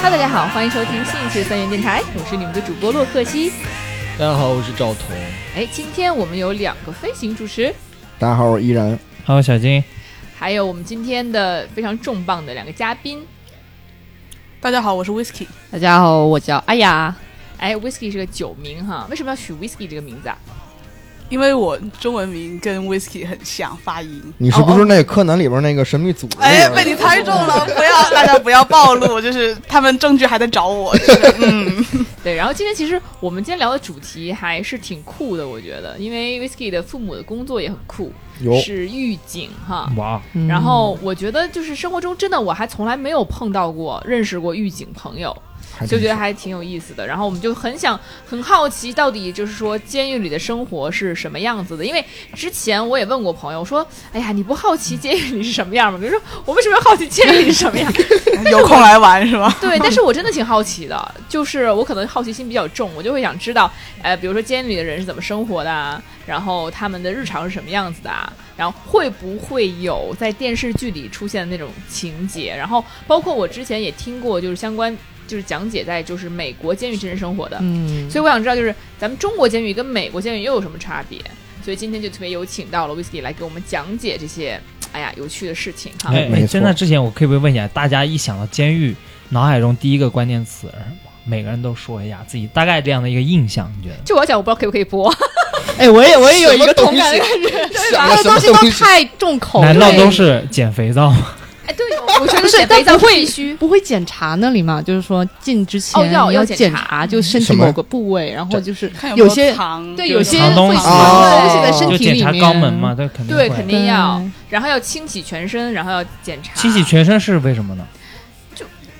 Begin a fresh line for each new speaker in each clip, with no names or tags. Hello，大家好，欢迎收听新一期的三元电台，我是你们的主播洛克西。
大家好，我是赵彤。
哎，今天我们有两个飞行主持，
大家好，我依然。
Hello，小金，
还有我们今天的非常重磅的两个嘉宾。
大家好，我是 Whisky。
大家好，我叫阿雅。
哎，Whisky 是个酒名哈，为什么要取 Whisky 这个名字啊？
因为我中文名跟 Whisky 很像，发音。
你是不是那柯南里边那个神秘组织那
哎，
个？
被你猜中了，不要，大家不要暴露，就是他们证据还在找我。就是嗯，
对，然后今天其实我们今天聊的主题还是挺酷的，我觉得，因为 Whisky 的父母的工作也很酷，
有
是狱警哈。
哇，
嗯
然后我觉得就是生活中真的我还从来没有碰到过、认识过狱警朋友，
还
就
真
觉
是
得还挺有意思的。然后我们就很想、很好奇，到底就是说监狱里的生活是什么样子的？因为之前我也问过朋友说：“哎呀，你不好奇监狱里是什么样吗？”比如说，我为什么要好奇监狱里是什么样？
嗯有空来玩是吧？
对，但是我真的挺好奇的，就是我可能好奇心比较重，我就会想知道，呃，比如说监狱里的人是怎么生活的啊，然后他们的日常是什么样子的啊，然后会不会有在电视剧里出现的那种情节，然后包括我之前也听过，就是相关就是讲解在就是美国监狱真实生活的，
嗯，
所以我想知道就是咱们中国监狱跟美国监狱又有什么差别，所以今天就特别有请到了 Whisky 来给我们讲解这些，哎呀有趣的事情哈。
哎，
没
哎
错
在那之前，我可以不可以问一下，大家一想到监狱，脑海中第一个关键词是什么？每个人都说一下自己大概这样的一个印象，你觉得？
就我想，我不知道可不可以播，
哎，我也我也有一
什么
个
东
同感的
西
感觉，
想了
他的
什么
东西都
东西
太重口
难
味
道
了，
都是捡肥皂吗？
哎，对，我觉得
不是
减
但
肥皂
不会
必须
不会检查那里嘛？就是说进之前
哦要
你
要
要
检
检
查嗯
查，就身
什
体
么
某个部位，然后就是
看
有
没
些
糖，
对有些
藏东
会
西
藏的东西在
哦
身
就
体
检
里
查
面。
肛门嘛？？对，肯定
对，
会
肯定要，然后要清洗全身，然后要检查，
清洗全身是为什么呢？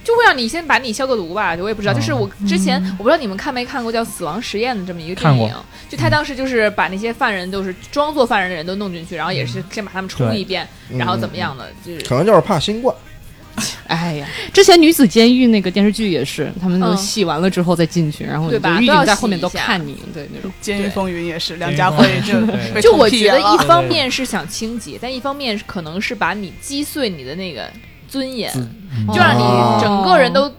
就会让你先把你消个毒吧，我也不知道，
哦
就是我之前我不知道你们看没看过叫《死亡实验》的这么一个电
看过嗯
影，就他当时就是把那些犯人都是装作犯人的人都弄进去，然后也是先把他们冲
嗯对
一遍，
嗯
然后怎么样的，就是
可能就是怕新冠。
哎呀，之前女子监狱那个电视剧也是，他们都
嗯
洗完了之后再进去，然后
对吧
就狱
都要
警在
洗
后面
一
都
下
看你，对那种。
监狱风云也是，梁
监狱
家
风
辉
云
就
对
被
就我
捅屁
觉得
眼了
一方
嗯对
面是想清洁，但一方面是可能是把你击碎你的那个尊严，
嗯
就让你整个人
哦
都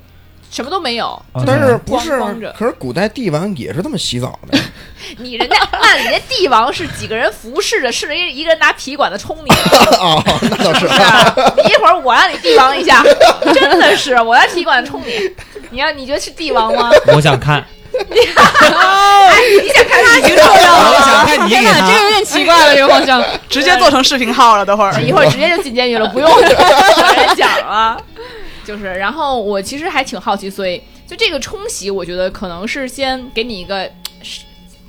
什么都没有，
哦
但是不是
光光着？
可是古代帝王也是这么洗澡 的，
你人家那人家帝王是几个人服侍着，是人家一个人拿皮管子冲你，是
哦，那倒是
不。是啊？你一会儿我让你帝王一下，真的是我拿皮管子冲你，你要你觉得是帝王吗？ 哎
我想看，
你想看他形状吗？
我想看你
天
给
哪，这个
他。
哎有点 奇
嗯
怪了，这个方向。
直接做成视频号了，等会儿。
一会儿直接就进监狱了，不用跟人讲了。就是，然后我其实还挺好奇，所以就这个冲洗，我觉得可能是先给你一个是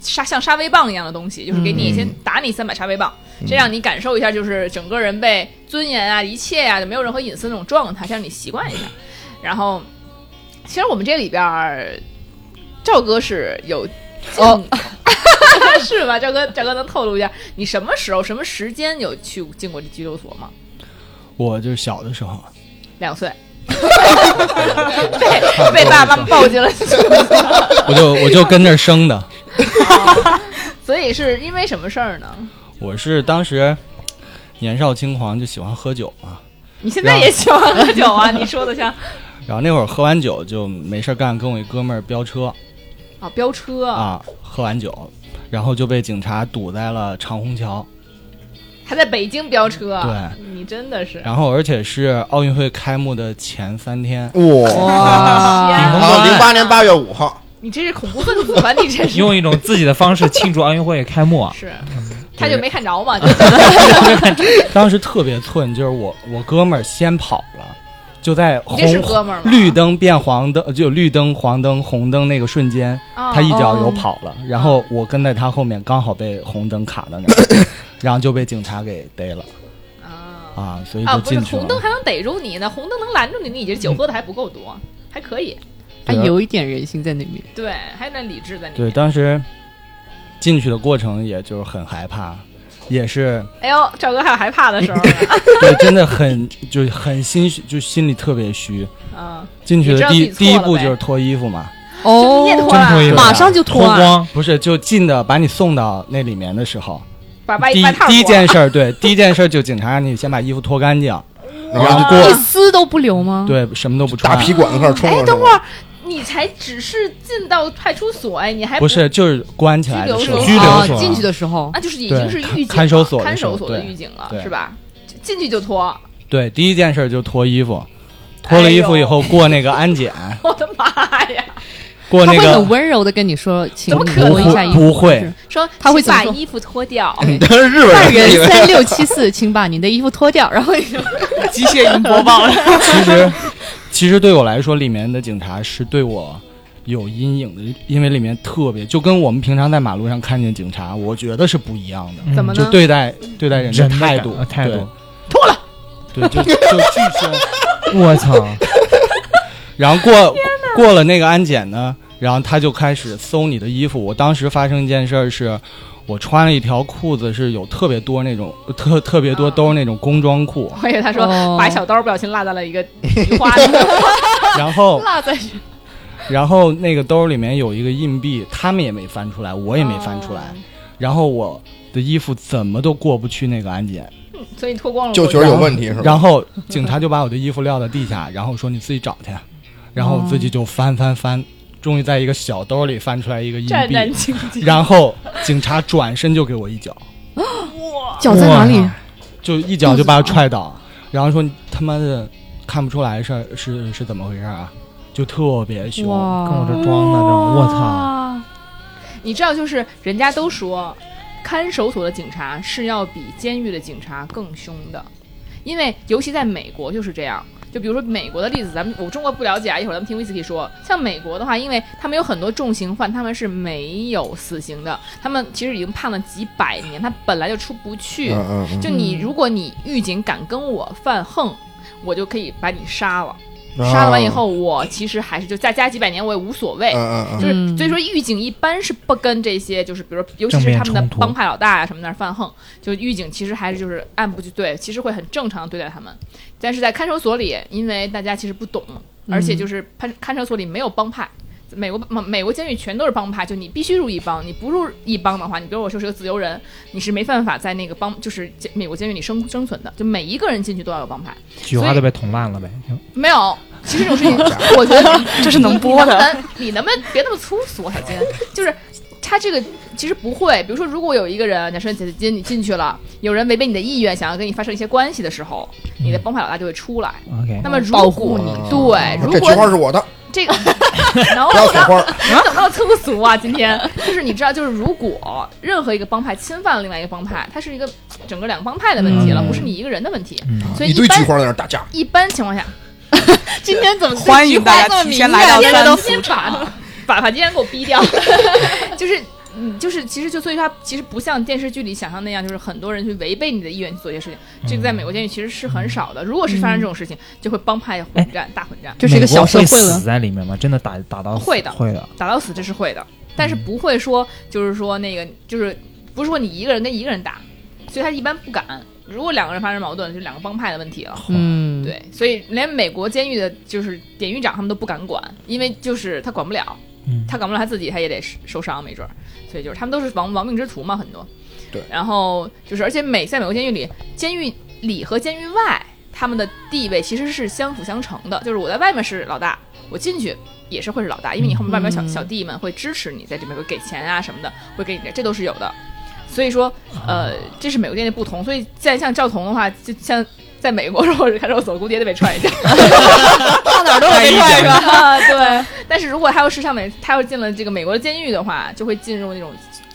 杀像杀威棒一样的东西，就是给你
嗯
先打你三把杀威棒，这让你感受一下，就是整个人被尊严啊、一切啊，就没有任何隐私那种状态，让你习惯一下。然后，其实我们这里边儿，赵哥是有
哦
哦， 是吧？赵哥，赵哥能透露一下，你什么时候、什么时间有去进过这拘留所吗？
我就是小的时候，啊
两 岁，被被爸爸抱进了，
我就我就跟那儿生的。
所以是因为什么事儿呢？
我是当时年少轻狂，就喜欢喝酒嘛。
你现在也喜欢喝酒啊？你说的 像
然后那会儿喝完酒就没事儿干，跟我一哥们儿飙车
啊飙车，
啊，喝完酒，然后就被警察堵在了长虹桥。
还在北京飙车，啊
对
你真的是
然后而且是奥运会开幕的前 三天，
哇！
哇
顶
啊，
峰
零八年八月五号，
你这是恐怖分子吧？你这是
用一种自己的方式庆祝奥运会开幕啊！
是，
嗯
他就没看着嘛，就
当时特别寸，就是我我哥们儿先跑了，就在红
这是哥们儿吗
绿灯变黄灯，呃就绿灯、黄灯、红灯那个瞬间，
哦
他一脚油跑了，然后我跟在他后面，刚好被红灯卡到那 儿，然后就被警察给逮了
啊
啊，所以
啊，
就
不是
进去了。嗯
红灯还能逮住你呢，红灯能拦住你，你这酒喝的还不够多，还可以，
还哎
啊
有一点人性在那边。
对，还有点理智在里
对，
面。
当时进去的过程也就是很害怕，也是
哎呦，赵哥还有害怕的时候呢，
对，真的很就很心虚，就心里特别虚。
啊，
进去
你知
的
道
第
自己错了
第一步
呗
就是脱衣服嘛，
就你也脱
真脱衣
了，
服，
哦马上就脱啊
光，
不是就进的把你送到那里面的时候，
把外
第
外套
第一
脱了
件事儿，对，第一件事儿就警察让你先把衣服脱干净，
然后就给
一
我
丝都不留
嗯
吗？，
对，什么都不穿
大。皮管子开始冲
哎，
了。
等会儿，你才只是进到派出所，哎，你还
不是，就是关起来的时候，
拘留
所
啊
是，吧
进去的时候
那就是已经是
对
预警了
看守所的
看
时候
守所的
对
预警了，
对
是吧？进去就脱，
对，第一件事就脱衣
哎
服，脱了衣服以后过那个安检，
我的妈呀！
过
他
那
会
个
很温柔的跟你说，请
怎么可能
脱一下衣服，
不会
是
说
他会
请把
怎么说
衣服脱掉，
嗯
但是日本
犯
人以
人
为
三六七四， 请把您的衣服脱掉，然后你就
机械音播报了。
其实，其实对我来说，里面的警察是对我有阴影的，因为里面特别，就跟我们平常在马路上看见警察，我觉得是不一样的，
嗯
怎么呢
就对待对待人
人的
态
感
度
呃态度，
对，对就就巨凶。
我操！
然后过过了那个安检呢，然后他就开始搜你的衣服。我当时发生一件事儿是，我穿了一条裤子是有特别多那种特特别多都是那种工装裤，
我以为他说
哦
把小刀不小心落在了一 个菊花里，
然 后
落在
然后那个兜里面有一个硬币，他们也没翻出来，我也没翻出来。然后我的衣服怎么都过不去那个安检，
所以脱光了
就觉得有问题是吧？
然后警察就把我的衣服撂到地下，然后说你自己找去，然后我自己就翻翻翻，终于在一个小兜里翻出来一个硬
战战
币，
兢兢。
然后警察转身就给我一脚，
脚在哪里
哇？
就一脚就把我踹倒，然后说你他妈的看不出来是是是怎么回事啊，就特别凶，
哇，
跟我这装呢，这种我操！
哇！ 你知道，就是人家都说，看守所的警察是要比监狱的警察更凶的，因为尤其在美国就是这样。就比如说美国的例子，咱们我中国不了解啊，一会儿咱们听威斯克说。像美国的话，因为他们有很多重刑犯，他们是没有死刑的，他们其实已经判了几百年，他本来就出不去。
嗯嗯嗯
就你，
嗯
如果你狱警敢跟我犯横，我就可以把你杀了。
嗯
杀了完以后，，我其实还是就再加几百年，我也无所谓
嗯。嗯嗯
就
嗯，
是
嗯
所以说，狱警一般是不跟这些，就是比如说，尤其
正
是
面
他们的
冲突
帮派老大呀、啊什么那儿犯横，就狱警其实还是就是按部就对，其实会很正常地对待他们。但是在看守所里，因为大家其实不懂，而且就是看看守所里没有帮派。美国美美国监狱全都是帮派，就你必须入一帮，你不入一帮的话，你比如我说是个自由人，你是没办法在那个帮就是监美国监狱里生生存的。就每一个人进去都要有帮派，
菊花都被捅烂了呗，
没有，其实这种 事情，我觉得你
这是能播的
你 能不能你能不能别那么粗俗，海金？ 就是他这个其实不会，比如说，如果有一个人，假设姐姐姐你进去了，有人违背你的意愿，想要跟你发生一些关系的时候，你的帮派老大就会出来。
就 OK。
那么如
保
果
护你
对，如
嗯这菊花
果
是我的，
这个，然后
不要雪花。
怎么那么粗俗啊？今天就是你知道，就是如果任何一个帮派侵犯了另外一个帮派，它是一个整个两个帮派的问题了，
嗯
不是你一个人的问题。
嗯
所以
一
一
堆菊
般
花在那儿打架，
一般情况下，
今天怎么
欢迎大家提前来到
今天
三
都
都
先把 把把今天给我逼 掉， 就是。嗯，就是其实就所以它其实不像电视剧里想象那样，就是很多人去违背你的意愿去做一些事情。这个在美国监狱其实是很少的。如果是发生这种事情，
嗯
就会帮派混战、大混战，
就是一个小社
美国
会
会
了
死。在里面吗？真的打打到死
会的
会的。
打到死这是会的，但是不会说就是说那个就是不是说你一个人跟一个人打，所以他一般不敢。如果两个人发生矛盾，就两个帮派的问题了。
嗯，，
对，所以连美国监狱的就是典狱长他们都不敢管，因为就是他管不了，
嗯
他管不了他自己，他也得受伤，没准儿。所以就是他们都是亡亡命之徒嘛，很多。
对
然后就是，而且美在美国监狱里，监狱里和监狱外他们的地位其实是相辅相成的，就是我在外面是老大，我进去。也是会是老大，因为你后面外面小、
嗯
小弟们会支持你，在这边会给钱啊什么的，会给你这，这都是有的。所以说，呃，这是美国店的不同。所以在像赵彤的话，就像在美国如果是看守所，估计也得被踹一 脚，
到哪儿都有被踹是 吧？
啊，
哎
对。但是如果他要是上美，他要进了这个美国的监狱的话，就会进入那种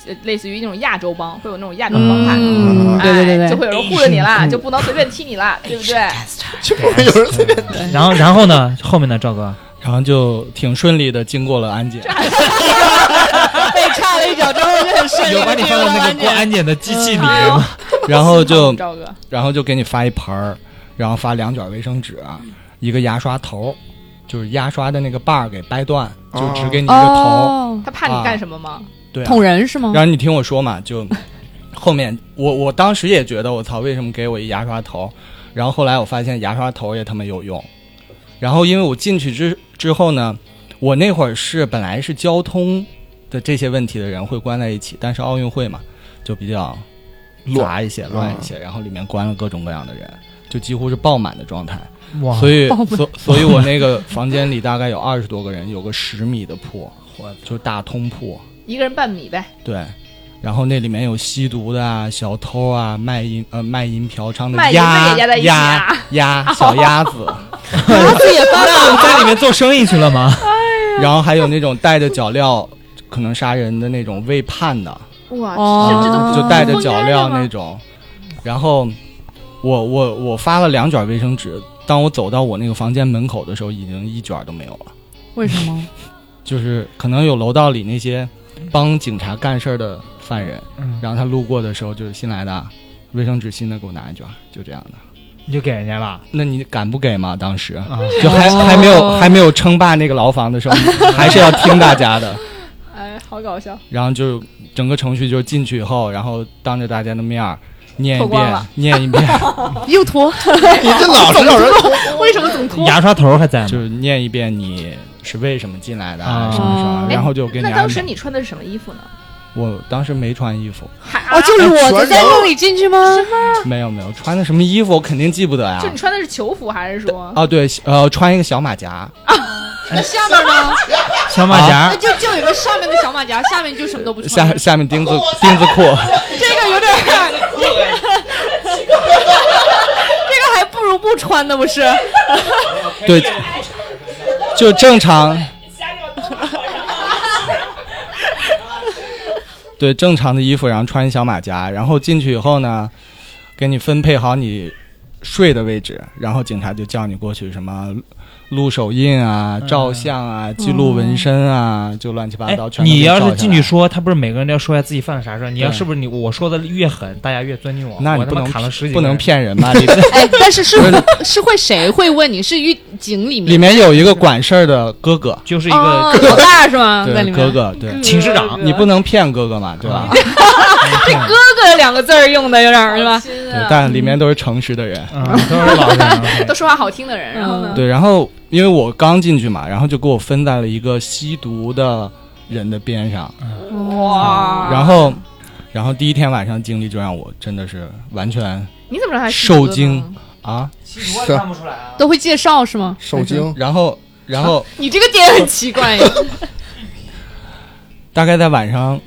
呃类似于那种亚洲帮，会有那种亚洲帮派。
嗯，
哎
对对对嗯
就
对，
会有人护着你啦，
Asian cool
就不能随便踢你
哎
啦，对不啊对？
就不会有人随便
然后然后呢？后面呢，赵哥？
然后就挺顺利的经过了安检。
被踹了一脚之后就很顺利
有把你放到那个过安检的机器里面吗？
然后就
赵哥，
然后就给你发一盆儿，然后发两卷卫生纸，一个牙刷头，就是牙刷的那个把儿给掰断，
哦
就只给你一个头。
哦，
他怕你干什么吗？
对啊、
捅人是吗？
然后你听我说嘛，就后面我我当时也觉得我操，为什么给我一牙刷头？然后后来我发现牙刷头也他妈有用。然后因为我进去之之后呢，我那会儿是本来是交通的这些问题的人会关在一起，但是奥运会嘛，就比较杂一些，乱一些，然后里面关了各种各样的人，就几乎是爆满的状态。
哇，
所以
爆满
所所以我那个房间里大概有二十多个人，有个十米的铺，就是大通铺，
一个人半米呗，
对。然后那里面有吸毒的啊、小偷啊、卖淫呃卖淫嫖娼的
卖淫的
鸭
也压在一起啊
鸭 鸭小鸭子，
他自己也发
那在里面做生意去了 吗？
然后还有那种带着脚镣可能杀人的那种未判的，
哇，
哦
这这都
啊
不
就带着脚镣
不应该的
那
吗
种。然后我我我发了两卷卫生纸，当我走到我那个房间门口的时候，已经一卷都没有了。
为什么？
就是可能有楼道里那些帮警察干事儿的犯人，
嗯，
然后他路过的时候就是新来的啊，卫生纸新的给我拿一卷，就这样的。
你就给人家了
那你敢不给吗？当时
啊？
就还、
哦
还没有还没有称霸那个牢房的 时候，还是要听大家的。
哎，好搞笑，
然后就整个程序就进去以后，然后当着大家的面儿念一
脱光
遍
了，
念一遍，
又脱，
你这老是让人
为什么总脱？
牙刷头还在
就
吗？
是念一遍你是为什么进来的啊
啊
什么什么，
哎
然后就给你
哦那
安排。
当时你穿的是什么衣服呢？
我当时没穿衣服，
还啊
哦，就是我
全
在
人
梦里进去吗？
没有没有穿的什么衣服，我肯定记不得呀
啊就。你穿的是囚服还是说？
哦对，呃，穿一个小马甲，
那下面呢？
小马
啊
甲
那就就有一个上面的小马甲，下面就什么都不穿
下。下面钉子钉子裤，
这个有点， 这个还不如不穿呢，不是？
对，就正常。对，正常的衣服，然后穿一小马甲，然后进去以后呢，给你分配好你睡的位置，然后警察就叫你过去什么录手印啊、照相啊、记录纹身啊，就乱七八
嗯哎
糟。，全都给
你要
照下
是
来
进去说，他不是每个人都要说一下自己犯了啥事儿？你要
对
是不是你我说的越狠，大家越尊敬我？
那你
我他
不
妈
能
砍了十几，
不能。骗人 吧？里
哎，但是是是会谁会问你是狱警里
里
面
面有一个管事儿的哥哥，
就是一
哦
个
老大是吗？
在里面
对
嗯
哥哥，对，
寝室长，
你不能骗哥哥嘛，对吧？
这
哥哥两个字儿用的有点儿是吧？
亲
对
啊，
但里面都是诚实的人。
嗯，都是老人
都。说话好听的人，然后呢？
嗯
对，然后因为我刚进去嘛，然后就给我分在了一个吸毒的人的边上，
啊
哇！
然后，然后第一天晚上经历就让我真的是完全
你怎么知道他是
受
哥哥
惊
呢？
啊，
我也
不出来啊。
都会介绍是吗？
受惊，
然后，然后
你这个点很奇怪呀。
大概在晚上，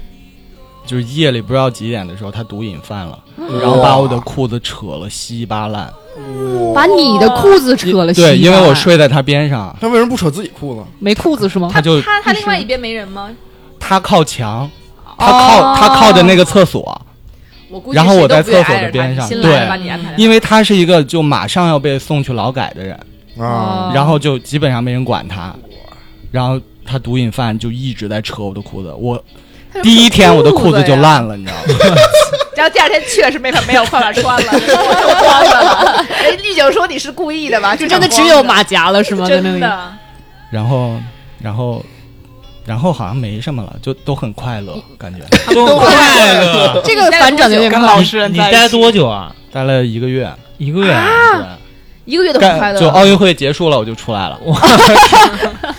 就是夜里不知道几点的时候，他毒瘾犯了，
嗯
然
然后把我的裤子扯了稀巴烂，
把你的裤子扯了，
对，
稀
因
巴
为我
烂
睡在他边上，
他为什么不扯自己裤子？
没裤子是吗？
他就
他他另外一边没人吗？
他靠墙，他靠、
哦
他靠着那个厕所。
我估计
然后
谁
我
都
在
不愿
厕所
挨
的
着
边
他
上
新
对
来把你安排在
因为他是一个就马上要被送去劳改的人，
哦嗯
啊，
然后就基本上没人管他，然后他毒瘾犯就一直在扯我的裤子，我
他有
第一天我的
裤
裤
子
子就
呀，
烂了，你知道吗？
然后第二天确实没法没有 办法穿了，就光着了。人狱警说你是故意的吧？就
真的
长光
只有马甲了是吗？在那
真
里
的。
然后，然后，然后好像没什么了，就都很快乐，感觉
都快乐。
这个反转的有点
跟
快
老。实人
你
在一
待
起
多久啊？
待了一个月，
一个月啊？
一个月都
对
不快乐，
就哦奥运会结束了我就出来了，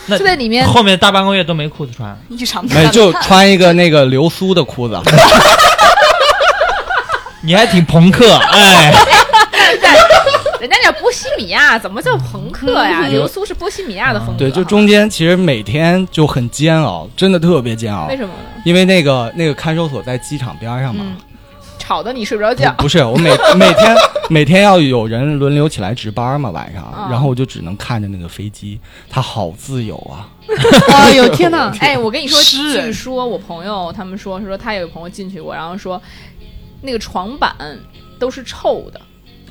那
就在里面
后面大半个月都没裤子穿，
异常
没就穿一个那个流苏的裤 子，
你还挺朋克，哎，
人家叫波西米亚，怎么叫朋克呀？
嗯
流苏是波西米亚的风格，啊
对，就中间其实每天就很煎熬，真的特别煎熬
为，什么呢？
因为那个那个看守所在机场边上嘛。
嗯，吵得你睡不着觉
不。不是，我每每天每天要有人轮流起来值班嘛，晚上，然后我就只能看着那个飞机，它好自由啊！
哎呦天哪！
哎，我跟你说，
诗人
据说我朋友他们说，说他有朋友进去过，然后说那个床板都是臭的，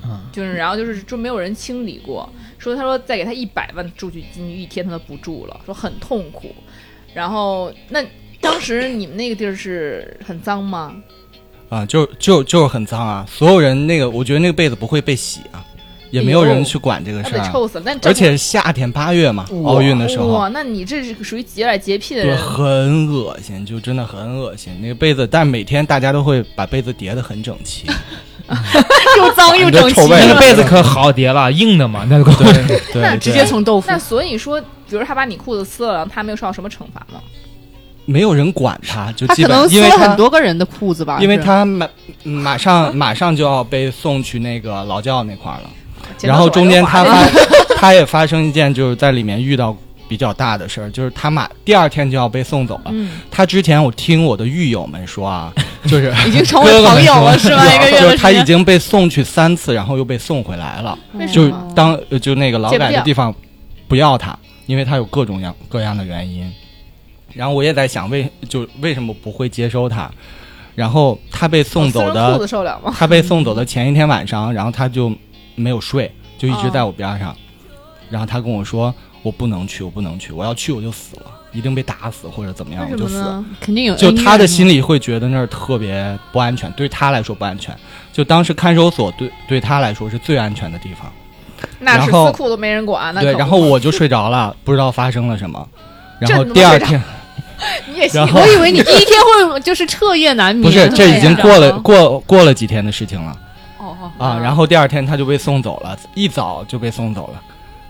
啊
嗯
就是然后就是就没有人清理过，说他说再给他一百万住去进去一天他都不住了，说很痛苦。然后那当时你们那个地儿是很脏吗？
啊，就就就是很脏啊！所有人那个，我觉得那个被子不会被洗啊，也没有人去管这个
那
事
得
儿啊。
臭死了。但
而且夏天八月嘛，奥运的时候，
哇，那你这是属于有点洁癖的
对，
人。
很恶心，就真的很恶心。那个被子，但每天大家都会把被子叠得很整齐，
又脏又整
你的
齐
臭，味
那个被子可好叠了，硬的嘛，那个
对对
那
对，
直接从豆腐
那。所以说，比如他把你裤子撕了，然后他没有受到什么惩罚吗？
没有人管他，就
他
基
可能
本
撕
因为
了
他
很多个人的裤子吧，
因为
啊是
他马 马上马上就要被送去那个劳教那块儿了，
啊
剪刀
然后
手
中间他
刘华
发他也发生一件就是在里面遇到比较大的事儿，就是他马第二天就要被送走了。
嗯，
他之前我听我的狱友们说啊， 就是
已经成为朋友了 是吗？一个月
就
的
是
时
他已
间，
经被送去三次，然后又被送回来了，
为
哎
什
就
么
当呃就那个劳
戒不
改的
掉
地方不要他，因为他有各种样各样的原因。然后我也在想为就为什么不会接收他，然后他被送走
哦
私人裤
的
子受了吗？
他被送走的前一天晚上，然后他就没有睡，就一
哦
直在我边上。然后他跟我说：“我不能去，我不能去，我要去我就死了，一定被打死或者怎么样，
为
我
什
就
么
死。”
呢？
肯定有
就他的
心
心里会觉得那儿特别不安全，对他来说不安全。就当时看守所对对他来说是最安全的地方。
那是
然后
私裤都没人管，那可
对，
不
然后我就睡着了，不知道发生了什么。然后
这
第二天
你也信
然后
我以为你第一天会就是彻夜难眠，
不是，这已经
对呀
过
然
了
后
过过了几天的事情了
哦哦，
啊。
啊
然后第二天他就被送走了，一早就被送走了。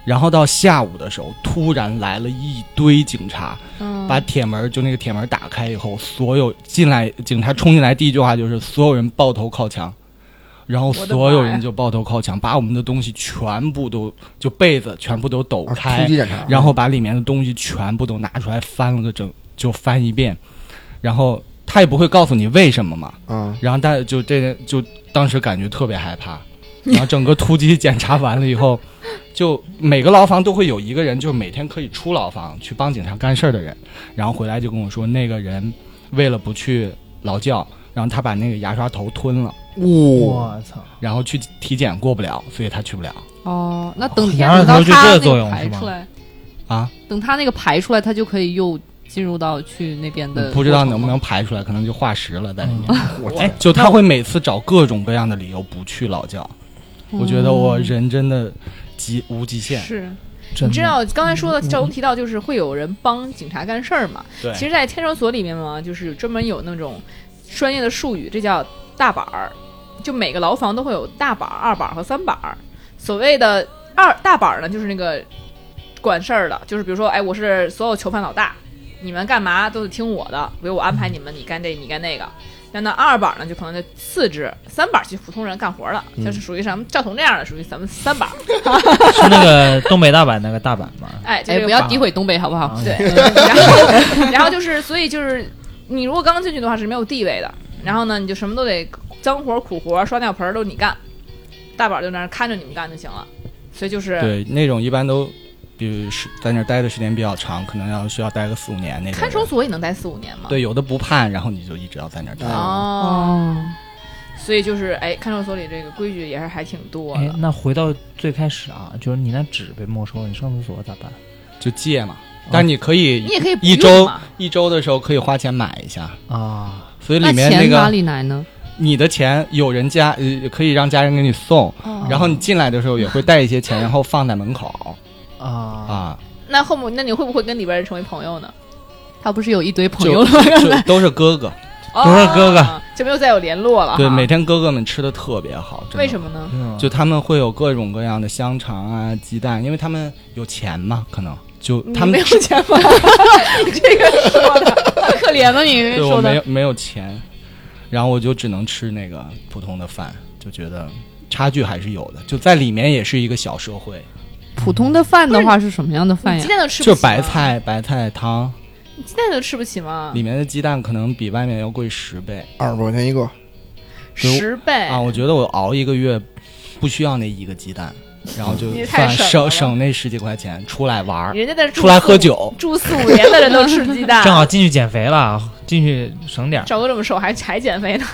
然后到下午的时候，突然来了一堆警察，
嗯
把铁门就那个铁门打开以后，所有进来警察冲进来，第一句话就是所有人抱头靠墙，然后
我的妈呀
所有人就抱头靠墙，把我们的东西全部都就被子全部都抖
啊突
开
击，检查，
然后把里面的东西全部都拿出来翻了个整，就翻一遍，然后他也不会告诉你为什么嘛，
啊，
然后大就这就当时感觉特别害怕，然后整个突击检查完了以后，就每个牢房都会有一个人，就是每天可以出牢房去帮警察干事儿的人，然后回来就跟我说，那个人为了不去劳教，然后他把那个牙刷头吞了，
哇，
我操！
然后去体检过不了，所以他去不了
哦，那等
然后
等到
它就
他
这
那
作
个
用
排
是吗
出来，
啊，
等他那个排出来，他就可以又进入到去那边的，
嗯不知道能不。能排出来，可能就化石了在里面。
我
哎
天，，
就他会每次找各种各样的理由不去劳教，我觉得我人真的极无极限。
嗯是，
真
你
的
知道刚才说的赵龙提到，就是会有人帮警察干事儿嘛？
对
其实，在看守所里面嘛，就是专门有那种专业的术语，这叫大板儿。就每个牢房都会有大板儿、二板儿和三板儿。所谓的二大板儿呢，就是那个管事儿的，就是比如说，哎，我是所有囚犯老大，你们干嘛都得听我的，比如我安排你们，你干这，你干那个。那那二板儿呢，就可能就次之；三板儿就普通人干活儿了，
嗯
就是属于咱们赵彤这样的，属于咱们三板儿。
是那个东北大阪那个大阪吗？
哎，这
哎，
个啊
不要诋毁东北好不好？
对，然后 然后就是，所以就是，你如果刚进去的话是没有地位的，然后呢，你就什么都得脏活儿苦活儿刷尿盆儿都你干，大宝就在那儿看着你们干就行了，所以就是
对，那种一般都，比如是在那儿待的时间比较长，可能要需要待个四五年那种人。
看守所也能待四五年嘛，
对，有的不判，然后你就一直要在那儿待。
啊
哦，
哦，
所以就是哎，看守所里这个规矩也是还挺多
哎
的，，
那回到最开始啊，就是你那纸被没收了，你上厕所咋办？
就借嘛。但你可以
啊你也可以不
一
用
周
嘛
一周的时候可以花钱买一下，
啊，
所以
那
里面
钱哪
个
里来呢？
你的钱有人家呃可以让家人给你送，
哦
然后你进来的时候也会带一些钱，然后放在门口
哦
啊
啊，
那后母，那你会不会跟里边人成为朋友呢？
他不是有一堆朋友
就
了
就都是哥哥，
不
是哥哥
哦就没有再有联络了哈，
对，每天哥哥们吃的特别好，
啊
真的
为什么呢？
啊，
就他们会有各种各样的香肠啊、鸡蛋，因为他们有钱嘛，可能就
你
他
没
们
有钱吗？你这个说的
太可怜了，你
对我没有没有钱，然后我就只能吃那个普通的饭，就觉得差距还是有的，就在里面也是一个小社会，
普通的饭的话是什么样的饭
你
呀
鸡？蛋都吃不啊起吗，
就白菜白菜汤，
你鸡蛋都吃不起吗？
里面的鸡蛋可能比外面要贵十倍
二十多块钱一个，
十倍
啊！我觉得我熬一个月不需要那一个鸡蛋，然后就
你太
算
省了
省省那十几块钱出来玩儿，
人家在这住
出来
四
喝
五，
酒，
住四五年的人都吃鸡蛋，
正好进去减肥了，进去省点儿。
赵哥这么瘦还还减肥呢，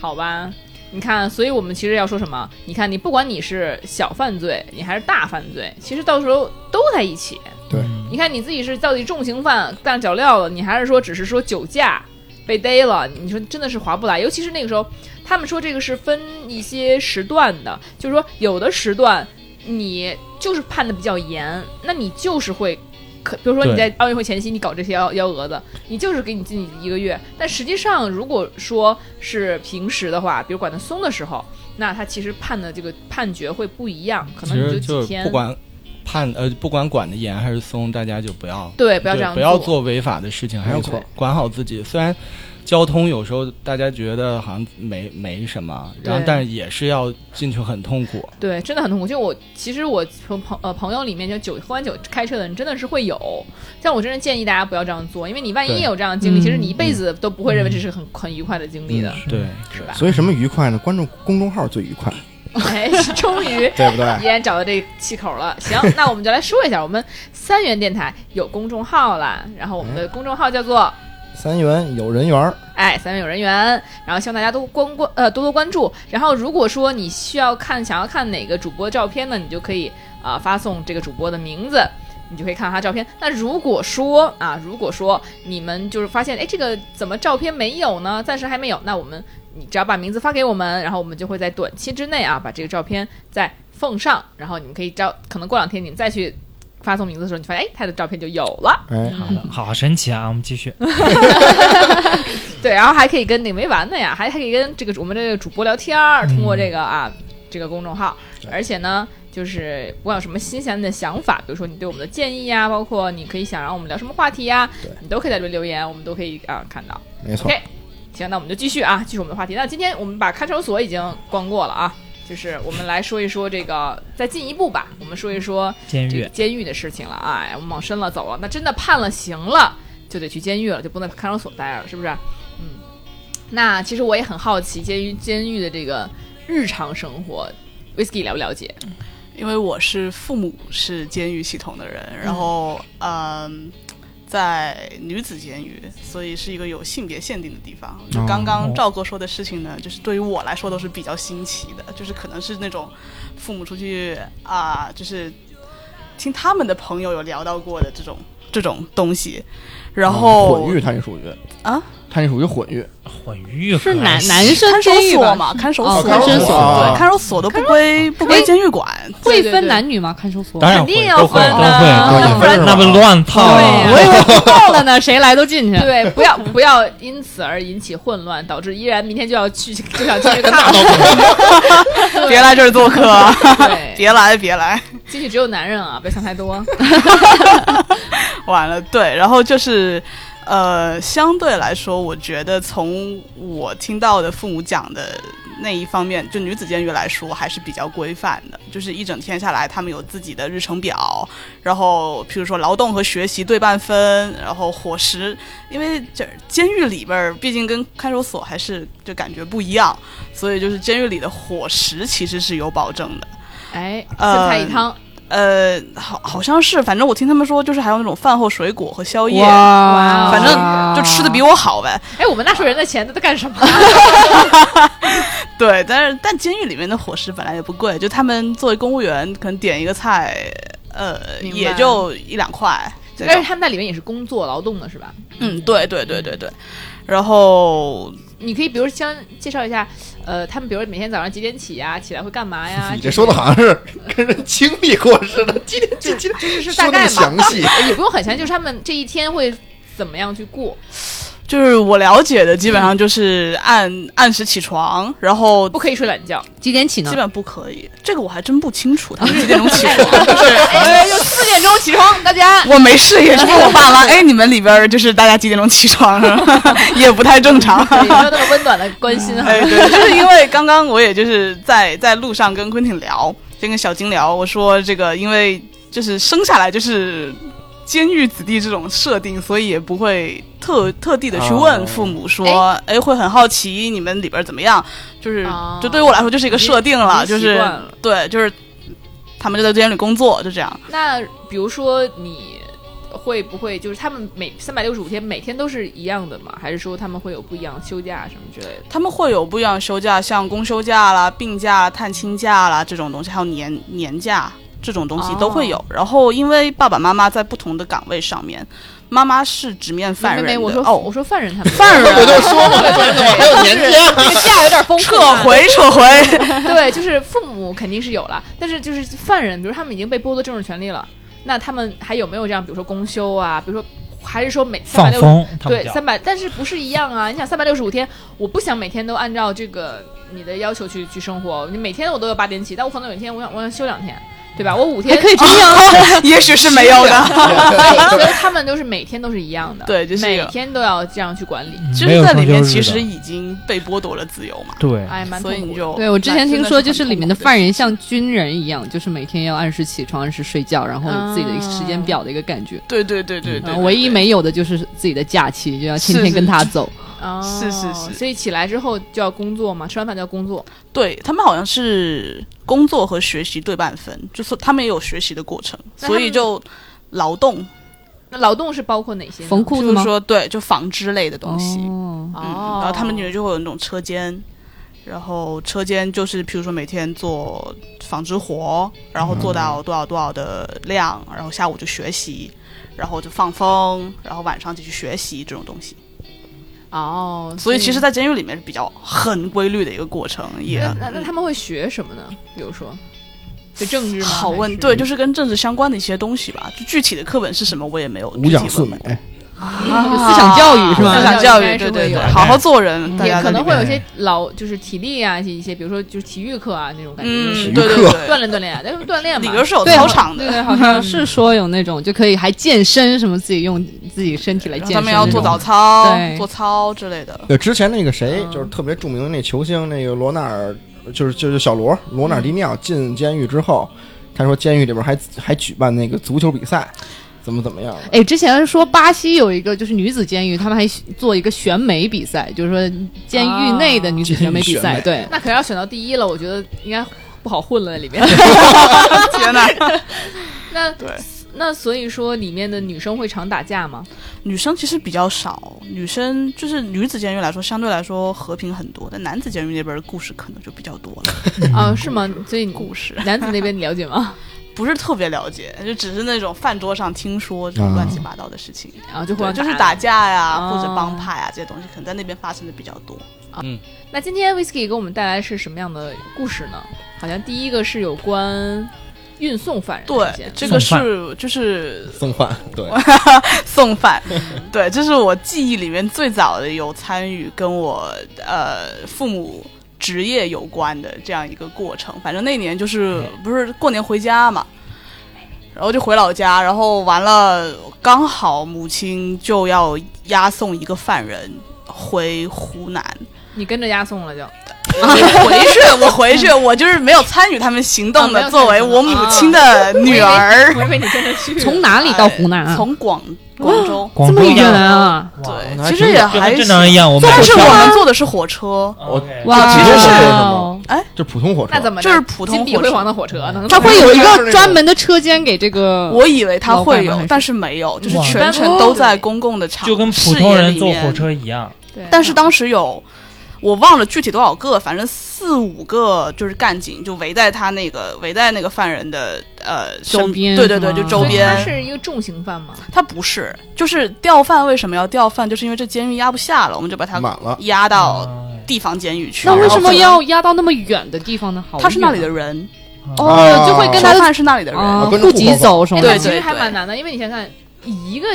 好吧？你看，所以我们其实要说什么？你看，你不管你是小犯罪，你还是大犯罪，其实到时候都在一起。
对
嗯
你看你自己是到底重刑犯干脚镣了，你还是说只是说酒驾被逮了？你说真的是划不来，尤其是那个时候，他们说这个是分一些时段的，就是说有的时段你就是判的比较严，那你就是会。可比如说你在奥运会前夕你搞这些幺幺蛾子，你就是给你进一个月。但实际上，如果说是平时的话，比如管得松的时候，那他其实判的这个判决会不一样，可
其
能你
实
几
是
天。
不管判呃，不管管的严还是松，大家就不要
对，不要这样
不要做违法的事情，还要
没错
管管好自己。虽然交通有时候大家觉得好像没没什么，然后
对
但是也是要进去很痛苦。
对，真的很痛苦。就我其实我从朋呃朋友里面，就酒喝完酒开车的人真的是会有，但我真的建议大家不要这样做，因为你万一
对
也有这样的经历，
嗯
其实你一辈子都不会认为这是很很愉快的经历的，
对，
是嗯吧？
所以什么愉快呢？关注公众号最愉快，
哎，终于。
对不
依
对？
然找到这气口了，行，那我们就来说一下，我们三元电台有公众号啦，然后我们的公众号叫做
三元有人缘儿，
哎，三位有人员，然后希望大家都关关呃多多关注。然后如果说你需要看想要看哪个主播照片呢，你就可以啊、发送这个主播的名字，你就可以看到他照片。那如果说啊，如果说你们就是发现哎这个怎么照片没有呢？暂时还没有，那我们你只要把名字发给我们，然后我们就会在短期之内啊把这个照片再奉上，然后你们可以照，可能过两天你们再去。发送名字的时候，你发现哎，他的照片就有了，
哎，
好的，好神奇啊！我们继续，
对，然后还可以跟那没完的呀，还还可以跟这个我们这个主播聊天儿，通过这个啊、这个公众号，而且呢，就是不管有什么新鲜的想法，比如说你对我们的建议呀，包括你可以想让我们聊什么话题呀
对，
你都可以在这里留言，我们都可以啊、看到。
没错嗯
OK，，行，那我们就继续啊，继续我们的话题。那今天我们把看守所已经逛过了啊。就是我们来说一说这个，再进一步吧，我们说一说
监
这个
狱
监狱的事情了啊。哎我们往深了走了，那真的判了刑了，就得去监狱了，就不能在看守所待了，是不是？嗯，那其实我也很好奇监狱监狱的这个日常生活，Whisky 了不了解？
因为我是父母是监狱系统的人，然后嗯、在女子监狱，所以是一个有性别限定的地方。就
哦
刚刚赵哥说的事情呢，就是对于我来说都是比较新奇的，就是可能是那种父母出去啊、就是听他们的朋友有聊到过的这种这种东西，然后
哦
混浴它也属于
啊，
它也属于混浴，
混狱
是男
可
男
惜
生
看守
监狱
所
吧？
嘛，看守
哦
所，
看守所
啊
对，看守所都不归不归监狱管，
会
对对
分
对
男女吗？看守所
当然
肯定
会
要
都会
分
都
的
会，
啊
那不然
也分
那不乱套啊
对
了
哦
呀
我以为不报了呢，谁来都进去。
对，不要 不要因此而引起混乱，导致依然明天就要去 就想去这个大
别来这儿做客，
对，
别来别来。
进去只有男人啊，别想太 多。
完了，对，然后就是，呃，相对来说，我觉得从我听到的父母讲的那一方面，就女子监狱来说，还是比较规范的。就是一整天下来，他们有自己的日程表，然后譬如说劳动和学习对半分，然后伙食，因为这监狱里边儿毕竟跟看守所还是就感觉不一样，所以就是监狱里的伙食其实是有保证的。
哎，
呃
三菜一汤，
呃，好，好像是，反正我听他们说，就是还有那种饭后水果和宵夜，
哇
反正就吃的比我好呗。
哎，我们纳税人的钱都在干什么？
对，但是但监狱里面的伙食本来也不贵，就他们作为公务员，可能点一个菜，呃，
明白
也就一两块这
但是
种。
他们在里面也是工作劳动的，是吧？
嗯，对对对对对。然后
你可以比如先介绍一下，呃，他们比如每天早上几点起呀？起来会干嘛呀？
你这说的好像是跟人经历过似的，今天今天
这是
说
大
那
概
么
嘛，
详 细，
也不用很详细，就是他们这一天会怎么样去过，
就是我了解的，基本上就是按按时起床，然后
不可以睡懒觉。
几点起呢
基？本不可以。这个我还真不清楚，他们是这种 起床，就是
哎，就四点钟起床，大家。
我没事也是问我爸妈，哎，你们里边儿就是大家几点钟起床是吧？ 也不太正常。
也没有那么温暖的关心哈
哎，。对，就是因为刚刚我也就是在在路上跟昆汀聊，就跟小金聊，我说这个因为就是生下来就是监狱子弟这种设定，所以也不会特特地的去问父母说，哎，会很好奇你们里边儿怎么样，就是、
哦
就对于我来说就是一个设定了，
已经
就
已经
是
习惯了
对，就是他们就在监狱里工作，就这样。
那比如说你会不会就是他们每三百六十五天每天都是一样的吗？还是说他们会有不一样的休假什么之类的？
他们会有不一样的休假，像公休假啦、病假、探亲假啦这种东西，还有年年假这种东西
哦
都会有。然后因为爸爸妈妈在不同的岗位上面，妈妈是直面犯
没
人
没
的
没，我说我
哦，
说犯人他们
犯人
我就说嘛，还有年假。
这个假有点丰富
撤
啊
回撤回。
对，就是父母肯定是有了，但是就是犯人，比如他们已经被剥夺政治权利了，那他们还有没有这样，比如说公休啊，比如说还是说每三百
放
六十
风，他们
对
叫
三百，但是不是一样啊？你想三百六十五天，我不想每天都按照这个你的要求去去生活，你每天我都有八点起，但我可能有一天我想我想休两天，对吧？我五
还
天哦
可以这样，
也许是没有 的。
所以他们都是每天都是一样的，
对就是
每
有
天都要这样去管理，
就
没
是
有
在里面
双休
其
日的
实已经被剥夺了自由嘛，
对，
哎，蛮痛
所以
苦
你
的
就
对我之前听说，就是里面的犯人
像。
像军人一样，就是每天要按时起床、按时睡觉，然后有自己的时间表的一个感觉。
对对对啊对
然
对，
嗯
后
对
唯一没有的就是自己的假期，就要天天
是
跟他走。
哦，
是是是
所以起来之后就要工作嘛，吃完饭就要工作，
对他们好像是工作和学习对半分，就是他们也有学习的过程，
那他们
所以就劳动，
那劳动是包括哪些呢？
缝裤
就
子
是
吗？
说对，就纺织类的东西，
哦，
嗯，
哦，
然后他们里面就会有那种车间。然后车间就是，譬如说每天做纺织活，然后做到多少多少的量，然后下午就学习，然后就放风，然后晚上继续学习这种东西。
哦，
所以其实，在监狱里面是比较很规律的一个过程，也
那那那他们会学什么呢？比如说，就政治吗？
好
还
问，
是
对，就是跟政治相关的一些东西吧。就具体的课本是什么，我也没有具
五
体
讲
问。
四美，
嗯啊
思想教育是吧
思想
教
教
育应
育，
该是
对
会
对
有
对
的，
好好做人，大啊
也
家
可
在
能
里
会有
面
一些劳，就是体力啊，一些一些，比如说就是体育课啊那种感觉，就是
嗯，
体育
对对
课
锻
对，
炼锻炼啊，但是锻炼
理
嘛，
论是有
对
操场
对啊
的，
对，好
好像
像
是说有那种就可以还健身什么，自己用自己身体来
然后
健
他
身。
们要做早
早，
操
对、
做操之 类的。
对，之前那个谁，
嗯
就是特别著名的那球星，那个罗纳尔，就是就是小罗，罗纳尔迪尼奥
嗯
进监狱之后，他说监狱里边还还举办那个足球比赛，怎么怎么样的。
哎，之前说巴西有一个就是女子监狱，他们还做一个选美比赛，就是说监狱
啊
内的女子选美比赛。
啊
对，
那可要选到第一了，我觉得应该不好混了在里面。
天哪，
那
对，
那所以说，里面的女生会常打架吗？
女生其实比较少，女生就是女子监狱来说，相对来说和平很多，但男子监狱那边的故事可能就比较多了，
啊，是吗？所以你
嗯故事
男子那边你了解 吗？
不是特别了解，就只是那种饭桌上听说这种
啊
乱七八糟的事情。
然后就
对，
会
就是打。架呀、
啊
或者帮派啊这些东西，可能在那边发生的比较多。
那今天 Whisky 给我们带来是什么样的故事呢？好像第一个是有关运送犯人的事
对
件，，
这个
送
是就是
送饭，对，
送饭，对，这是我记忆里面最早的有参与跟我呃父母职业有关的这样一个过程。反正那年就是不是过年回家嘛，然后就回老家，然后完了刚好母亲就要押送一个犯人回湖南，
你跟着押送了就。
我 回去，我回去，我就是没有参与他们行动
啊没
的，
有
作为
参与
我母亲的女儿，
我以为你跟着去。
从哪里到湖南啊？
从广广州，
广
这
州
么远
呢
啊？
哇
对
那，还
其
挺
实也
远
就
还
跟
行
正常人一样，我们
但是
不
我
上
们坐的是火车，
我
OK
哇，
其实是
哦
就普通火车。
那怎么着
就是普通
金碧
火车嗯
辉煌的火车呢？
他会有一个专门的车间给这个。
我以为他会
嗯老板吗还
有
是，
但是没有，就是
哇
全程都在公共的场，
就跟普
视
通
野
人
里
坐火
面。
车一样，
对
但是当时有，我忘了具体多少个，反正四五个就是干警就围在他那个围在那个犯人的呃
周
身
边
对对对，
是吗
就周
所以
边
他。是一个重刑犯嘛？
他不是，就是调犯为什么要调犯？就是因为这监狱压不下了，我们就把他
满了
压到
嗯
地方监狱去。
那为
然后
什么
可能
要压到那么远的地方呢？好远啊，
他是那里的人？
哦，就会跟
跟
他
他
的
犯是那里的人，
啊
我跟着
户
户
籍
口
走什么
哎
的。
那
对
其实还
对
蛮难的，因为你想想，一个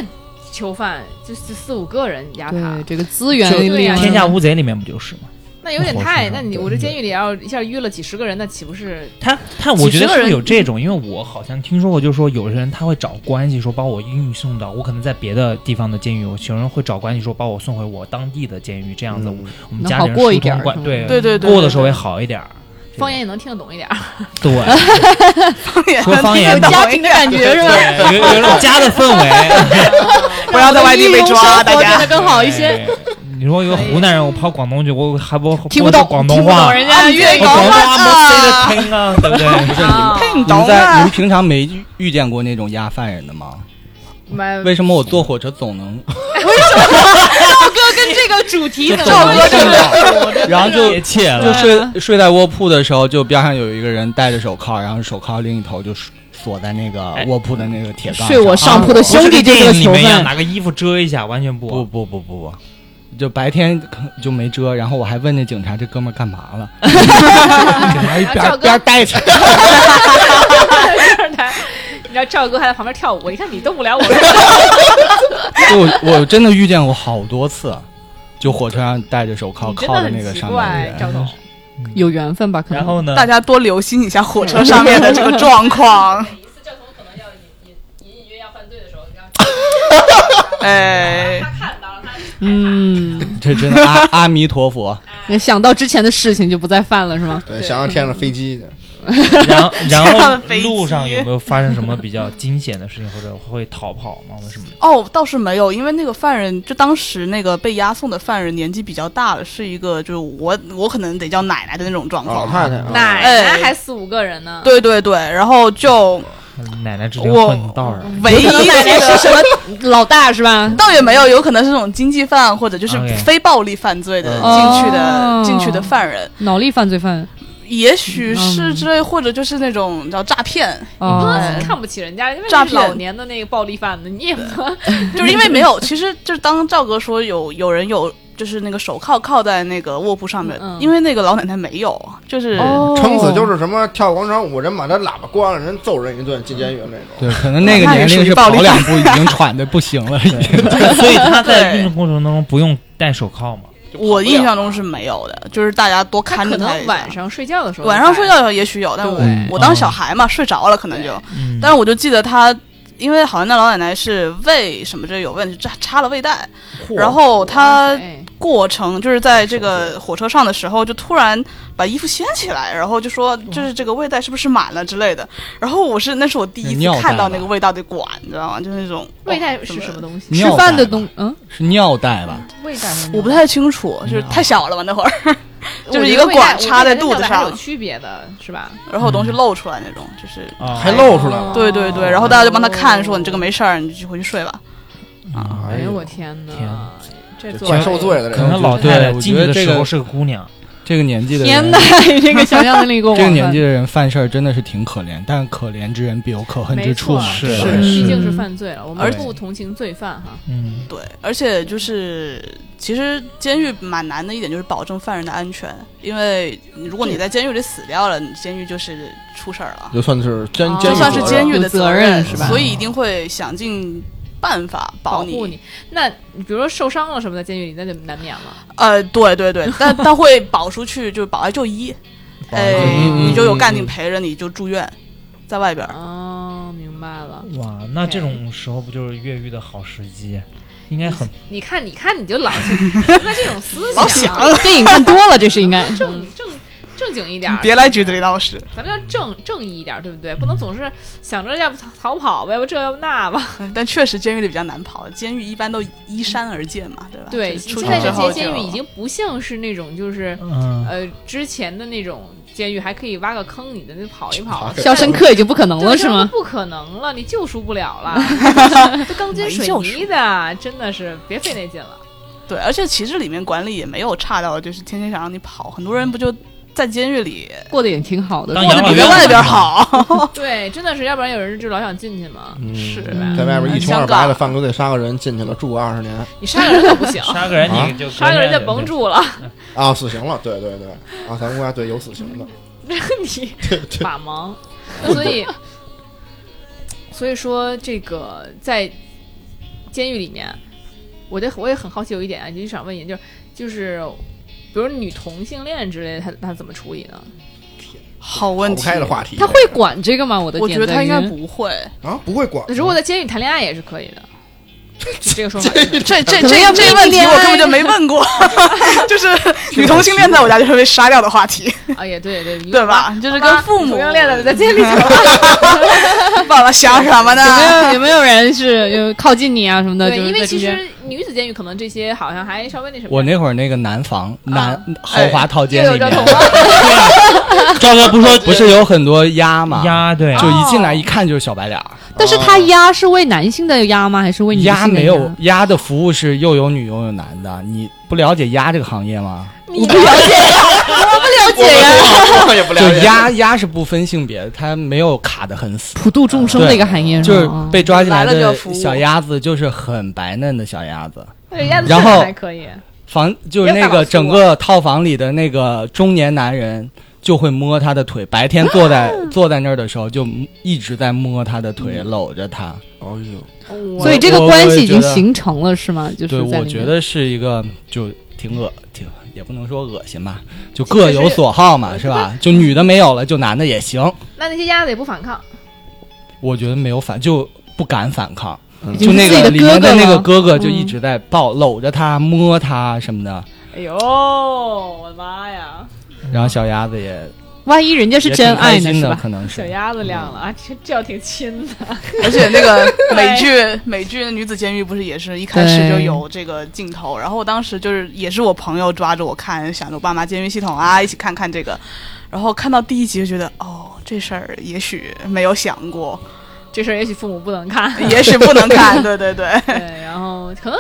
囚犯就是四五个人压他
对，这个资源
就
利用，
天下无贼》里面不就是吗？
那有点
那火
太……
车
那
上
你
对
我这监狱里要一下约了几十个人，那岂不是？
他他，
几
我觉得是
十个
不是
人
有这种，因为我好像听说过，就是说有些人他会找关系说把我运送到我可能在别的地方的监狱，我有人会找关系说把我送回我当地的监狱，这样子我
嗯
我们
能
家
好
里人
过
疏
一点
通
儿
关
是吧
对
对对对
过
对
的时候
对
也好一点儿。这
方言
个
也能听得懂一点儿，
对，说方言
听得
吧
懂
家庭的感觉是吧？
对有有一种家的氛围，
不要在外地被抓，大
变
家
得更好一些。
对。哎你说一个湖南人，我跑广东去，我还不
听不懂，
广
听
东
不
话
懂，人家粤
我
语
广东话
啊
没塞得听啊，对 不对？
啊
听
你们
懂
在你们
啊。
平常没遇遇见过那种压犯人的吗？
蛮
为什么我坐火车总能，
跟这个主题
就
的
总能
哥
碰到
然后啊就
贴切
就
了，
睡睡在卧铺的时候，就边上有一个人戴着手铐，然后手铐另一头就锁锁在那个
哎
卧铺的那个铁杠
睡我
上啊
上铺的兄弟
不是跟
就
电
是个
影里
囚
面一样，
犯，
拿个衣服遮一下，完全不
不不不不不，就白天可就没遮，然后我还问那警察这哥们儿干嘛 了，警察一
啊赵
边
哥
边待着，
你知道赵哥还在旁边跳舞，你看你动不了我，
就我我真的遇见过好多次，就火车上戴着手铐
你真
铐
的
着那
很
个
奇
上面的
怪，
人
赵总。
有缘分吧，可能。
然后呢，
大家多留心一下火车上面的这个状 况。
每一次郑彤可能要隐隐隐约要犯罪的时候，让
哎，
看到了他，
嗯，
这真的 阿阿弥陀佛，
那想到之前的事情就不再犯了，是吗？
对，想想天上飞机去，啊
然后然
下
后
了飞机
路上有没有发生什么比较惊险的事情，或者会逃跑吗？或者什么的？
哦，倒是没有，因为那个犯人，就当时那个被押送的犯人年纪比较大了，是一个就是我我可能得叫奶奶的那种状
老
况。
太太啊，
奶奶还四五个人呢。
嗯哎对对对，然后就
奶奶之间
我
混道儿，
唯一
奶奶是什么老大是吧？
倒也没有，有可能是那种经济犯或者就是
OK
非暴力犯罪的
嗯
进去的
哦嗯
进去的犯人，
脑力犯罪犯
也许是之类，或者就是那种叫诈 骗，
不
哦
能啊看不起人家，因为
嗯诈
是
骗
老年的那个暴力犯的，你也不能
就是因为没有，其实就是当赵哥说有有人有就是那个手铐铐在那个卧铺上面，
嗯嗯
因为那个老奶奶没有，就是、
哦，
撑死就是什么跳广场舞，人把他喇叭关了，人揍人一顿，进监狱那种。
对，可能那个年龄是跑两步已经喘的不行了，已经。
所以他在
对
运动过程当中不用戴手铐嘛？
我印象中是没有的，就是大家多
他
看
可
着他
能
一下
晚上睡觉的时候，
晚上睡觉的时候也许有，但我
对嗯
我当小孩嘛，睡着了可能就，
嗯，
但是我就记得他。因为好像那老奶奶是胃什么这有问题，插插了胃带，然后她
哎
过程就是在这个火车上的时候，就突然把衣服掀起来，然后就说就是这个胃袋是不是满了之类的。然后我是那是我第一
尿
次
袋
看到
吧
那个味道的管，你知道吗？就是那种
胃袋
哦
是什么东西？嗯
吃
尿
饭
袋
的
吧
东嗯，
是尿袋吧？
胃袋是什么
我不太清楚，
嗯
就是太小了吧那会儿，
我
就是
觉
一
得
个
胃袋
管插在肚
我觉
子
得还是有
上，
区别的是吧？
然后有
嗯
东西露出来那种，就是
啊
哦还露出来了，
对对对，然后大家就帮他看，说你这个没事儿，你就回去睡吧。
啊
哎呦我天哪
天！
这
怪受罪了，这
可能
对
老太太
我
进
觉
去
得
的
这
时
个
候是个姑娘，
这个年纪的
天
人
哪，， 这个想象能力够广
这个
泛。
年纪的人犯事儿真的是挺可怜，但可怜之人必有可恨
没
之处
错，
嘛。
是
吧
嗯
是
毕竟是犯罪了，我们
而
不同情罪犯哈。
嗯，
对，而且就是其实监狱蛮难的一点就是保证犯人的安全，因为如果你在监狱里死掉了，你监狱就是出事儿了，
就算是监
哦
监
就
狱
算是
嗯主任
监狱的
有责任
任
是吧
所以一定会想尽办法
保
保
护你。那你比如说受伤了什么的，监狱里那就难免了。
呃，对对对，但但会保出去，就是保外就医，哎，
嗯
你就有干
嗯
警陪着，你就住院，在外边儿。
哦，明白了。
哇，那这种时候不就是越狱的好时机？应该很
你看，你看，你就老 去那这种思想，啊
电影看多了，这是应该。
正正正经一点儿，
别来局子里闹事，
咱们要正正义一点儿，对不对？不能总是想着要不逃逃跑吧，要不这要不那吧。
但确实监狱里比较难跑，监狱一般都依山而建嘛，对吧？
对，
啊就是出
现
去
在
之
这
后
些监狱
就
已经不像是那种就是
嗯，
呃之前的那种监狱，还可以挖个坑你在那跑一跑。
对
肖申克已经不可能
对
了，是
这
吗
都？不可能了，你救赎不了 了，这钢筋水泥的，真的是别费那劲了。
对，而且其实里面管理也没有差到就是天天想让你跑，很多人不就在监狱里
过得也挺好的
当，
过
养
得
老
比
院
在外
嘛
边儿好。
哦
对，真的是，要不然有人就老想进去嘛。
是
在外面一穷
香
二嗯白的，
港
犯个罪杀个人进去了，住个二十年
你杀个人可不行，
杀个人
啊
你就
杀个人就甭
住。
住了。
啊，死刑了。对对对，啊，咱国家对有死刑的，
你
对对，
法盲，那所以所以说这个在监狱里面，我的我也很好奇有一点啊，就想问你，就是就是。比如女同性恋之类的，他他怎么处理呢？
好问
不
题。
开的话题。
他会管这个吗？我的
我
点
觉得
在
他应该
于
不会，
啊，不会管。
如果在监狱里谈恋爱也是可以的，就这个说法。
这这
可能要
这这
秘密
问题
恋
我根本就
爱
没问过， 就是女同性恋在我家就是被杀掉的话题，
啊，也对对对
对吧？就是跟父母
同性恋的在监狱里怎么
爸爸想什么呢？
有没有有没有人是有靠近你啊什么的？
对，
就是
因为
在
其
中间
实女子监狱可能这些好像还稍微那什么。
我那会儿那个南房南豪华套间
啊哎又
里
有这
面
种，吗？
赵哥不说 不是有很多鸭吗？
鸭对，
就一进来一看就是小白脸儿，
但是他压是为男性的压吗？还是为哦女性的
鸭
压？
没有鸭的服务是又有女又有男的，你不了解鸭这个行业吗？
我不了解，我不了解呀。
我也不
就
了解。
鸭鸭是不分性别的，它没有卡得很死，
普度众生的一个行业，
就是是
吗
被抓进来
来了就要
的
服务
小鸭子就是很白嫩的小鸭子。
对，鸭子
然后
还可以。
房就是那个整个套房里的那个中年男人就会摸她的腿，白天 坐在坐在那儿的时候就一直在摸她的
嗯
腿，搂着她。
哎呦，
我
所以这个关系已经
我我也觉得
形成了，是吗？就是
对，
在
我
里面
觉得是一个就挺恶挺也不能说恶心吧，就各有所好嘛，
确实
是吧？就女的没有了，就男的也行。
那那些鸭子也不反抗，
我觉得没有反就不敢反抗，
嗯
就那
你是自己的
个里面
哥哥
的那个
吗嗯
哥哥就一直在抱搂着她、摸她什么的，
哎呦，我的妈呀，
嗯
然后小鸭子也
万一人家是
也挺
真爱
开
呢，
心
是
的，
吧？
可能
小
是。
鸭子亮了啊，这这要挺亲的，
而且那个美剧美剧《女子监狱》不是也是一开始就有这个镜头，然后我当时就是也是我朋友抓着我看，想着爸妈监狱系统啊，一起看看这个，然后看到第一集就觉得哦，这事儿也许没有想过，
这事儿也许父母不能看。
也许不能看，对对对，
对，然后可能，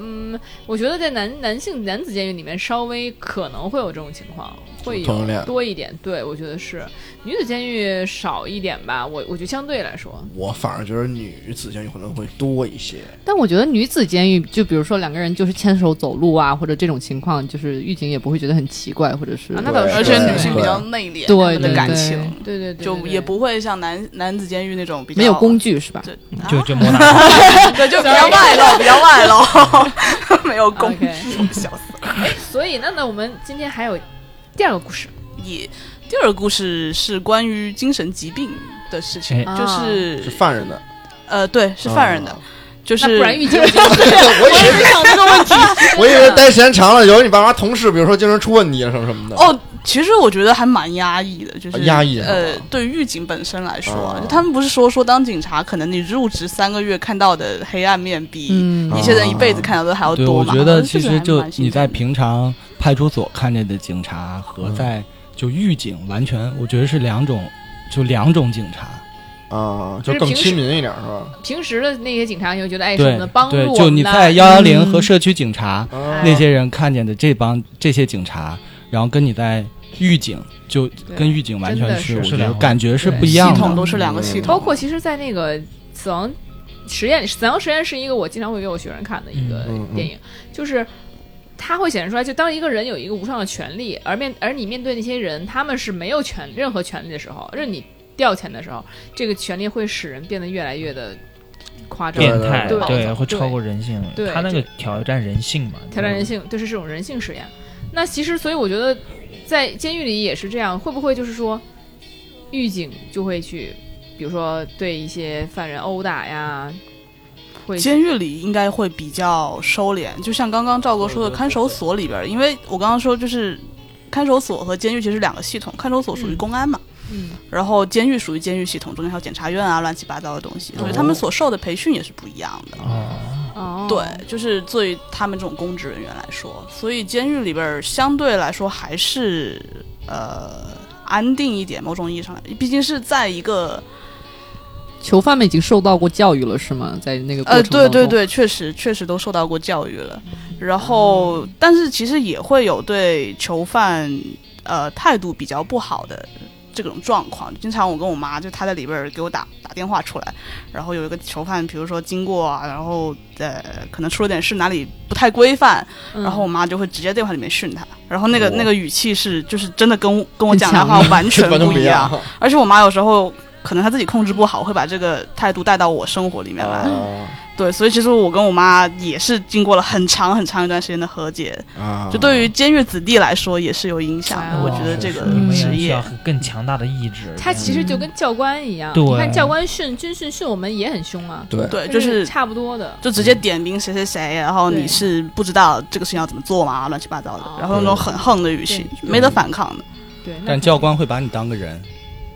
嗯，我觉得在男男性男子监狱里面，稍微可能会有这种情况，会
同性
有
恋
多一点。对，我觉得是女子监狱少一点吧。我我觉得相对来说，
我反而觉得女子监狱可能会多一些，
但我觉得女子监狱，就比如说两个人就是牵手走路啊，或者这种情况，就是狱警也不会觉得很奇怪，或者是、
啊那倒是
而且
对
女性比较
对
内敛，
对
她们的
对
感
对
情
对对对，
就
对对
也不会像男男子监狱那种比较
没有工具是吧？
对
就
啊
就摸他，
对就比较外露，比较外露，没有工具
OK，
笑死。
所以那那我们今天还有第二个故事，
也第二个故事是关于精神疾病的事情，
哎
就是
是犯人的，
呃，对，
哦
是犯人的，
啊
就是
啊那不然狱警
我以为
想这个 问题，
我以
啊
为待时间长了，有你爸妈同事，比如说精神出问题了啊什么什么的。
哦，其实我觉得还蛮压抑的，就是、
啊压抑是吧
呃，对狱警本身来说，
哦
啊
就他们不是说说当警察，可能你入职三个月看到的黑暗面比
嗯
一些人一辈子看到的还要
哦对，
多
我
嘛？
觉得其
这个
实
还
就
蛮心
你在
疼的
平常派出所看见的警察和
嗯
在就狱警完全，我觉得是两种，就两种警察。
啊，
就
就是更
平时
亲民一点是吧？啊
平时的那些警察你会觉得哎，是我
对
们的帮助
对，
我哎
就
们
你
的
在幺幺零
嗯
和社区警察，
哎
啊
那些人看见的这帮这些警察，然后跟你在狱警就跟狱警完全
真
是，
的
我
是
觉
是
得
两
感觉是
对
不一
系
样
统
的。
都是两个
嗯
系统，
包括其实，在那个死亡实验死亡实验是一个我经常会给我学生看的一个
嗯嗯嗯
电影，就是它会显示出来，就当一个人有一个无上的权利，而面而你面对那些人，他们是没有权任何权利的时候，任你调遣的时候，这个权利会使人变得越来越的夸张。
变态，
对对
会超过人性
对，
他那个挑战人性嘛，
挑战人性，就是这种人性实验。那其实，所以我觉得在监狱里也是这样，会不会就是说，狱警就会去，比如说对一些犯人殴打呀，会
监狱里应该会比较收敛，就像刚刚赵哥说的，看守所里边儿，因为我刚刚说就是看守所和监狱其实是两个系统，看守所属于
嗯
公安嘛，
嗯
然后监狱属于监狱系统，中间还有检察院啊，乱七八糟的东西，所以他们所受的培训也是不一样的。
啊，
哦，
对，就是作为他们这种公职人员来说，所以监狱里边儿相对来说还是呃安定一点，某种意义上来，毕竟是在一个
囚犯们已经受到过教育了是吗？在那个过
呃，
程当中
对对，对，确实确实都受到过教育了。然后，但是其实也会有对囚犯呃态度比较不好的这种状况。经常我跟我妈就她在里边儿给我打打电话出来，然后有一个囚犯，比如说经过啊，然后呃可能出了点事，哪里不太规范，
嗯，
然后我妈就会直接电话里面训他，然后那个、那个语气是就是真的跟我跟我
很
讲的
哦强
话完全
完全
不
不
一
一样。。
样
啊
而且我妈有时候可能她自己控制不好，会把这个态度带到我生活里面来。
啊
对，所以其实我跟我妈也是经过了很长很长一段时间的和解，
啊！
就对于监狱子弟来说也是有影响的。
哦
我觉得这
啊是
个
你们也
职
需
业
要更强大的意志，
他其实就跟教官一样，
对
你看教官训军训训我们也很凶啊，
对
对，呃就是
差不多的。
就直接点名谁谁谁，然后
对
你是不知道这个事情要怎么做嘛，乱七八糟的
哦，
然后用那种很横的语气，
对
没得反抗的。
对，那
但教官会把你当个人，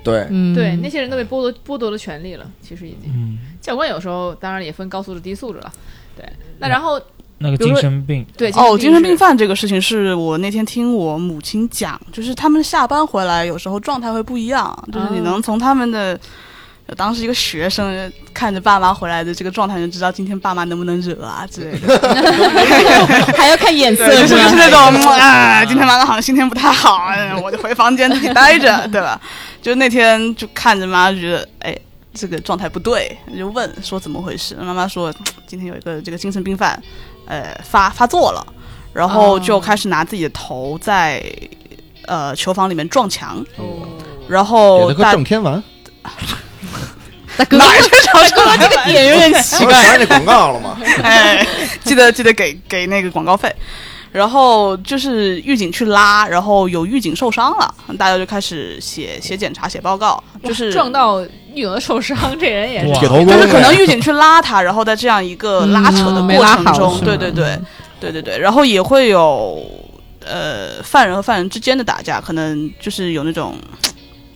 对，
嗯，
对那些人都被剥夺剥夺了权利了，其实已经。
嗯，
教官有时候当然也分高素质低素质了，对。那
嗯
然后
那个
比如
精
说
神病，
对
哦，精神
是
病犯这个事情是我那天听我母亲讲，就是他们下班回来有时候状态会不一样，就是你
哦
能从他们的。呃当时一个学生看着爸妈回来的这个状态，就知道今天爸妈能不能惹啊之类的。
还要看眼色
对，就是是
吧
就是那种，哎，今天妈妈好像心情不太好，哎我就回房间自己待着，对吧？就那天就看着妈，觉得哎，这个状态不对，就问说怎么回事。妈妈说今天有一个这个精神病犯，呃，发发作了，然后就开始拿自己的头在呃囚房里面撞墙，
哦，
然
给
后
他个
大
正天 丸，
大哥，
哪儿去找出来？这个
点有点 奇
我想起那广告了嘛？
哎，记得记得给给那个广告费。然后就是狱警去拉，然后有狱警受伤了，大家就开始写写检查、写报告，就是
撞到狱友的受伤，这人也是
哇
铁头功
就
呗，
是可能狱警去拉他，然后在这样一个拉扯的
嗯没
过
拉
程
好
中，
是
对
吗
对对，
嗯
对对对，然后也会有呃犯人和犯人之间的打架，可能就是有那种嘖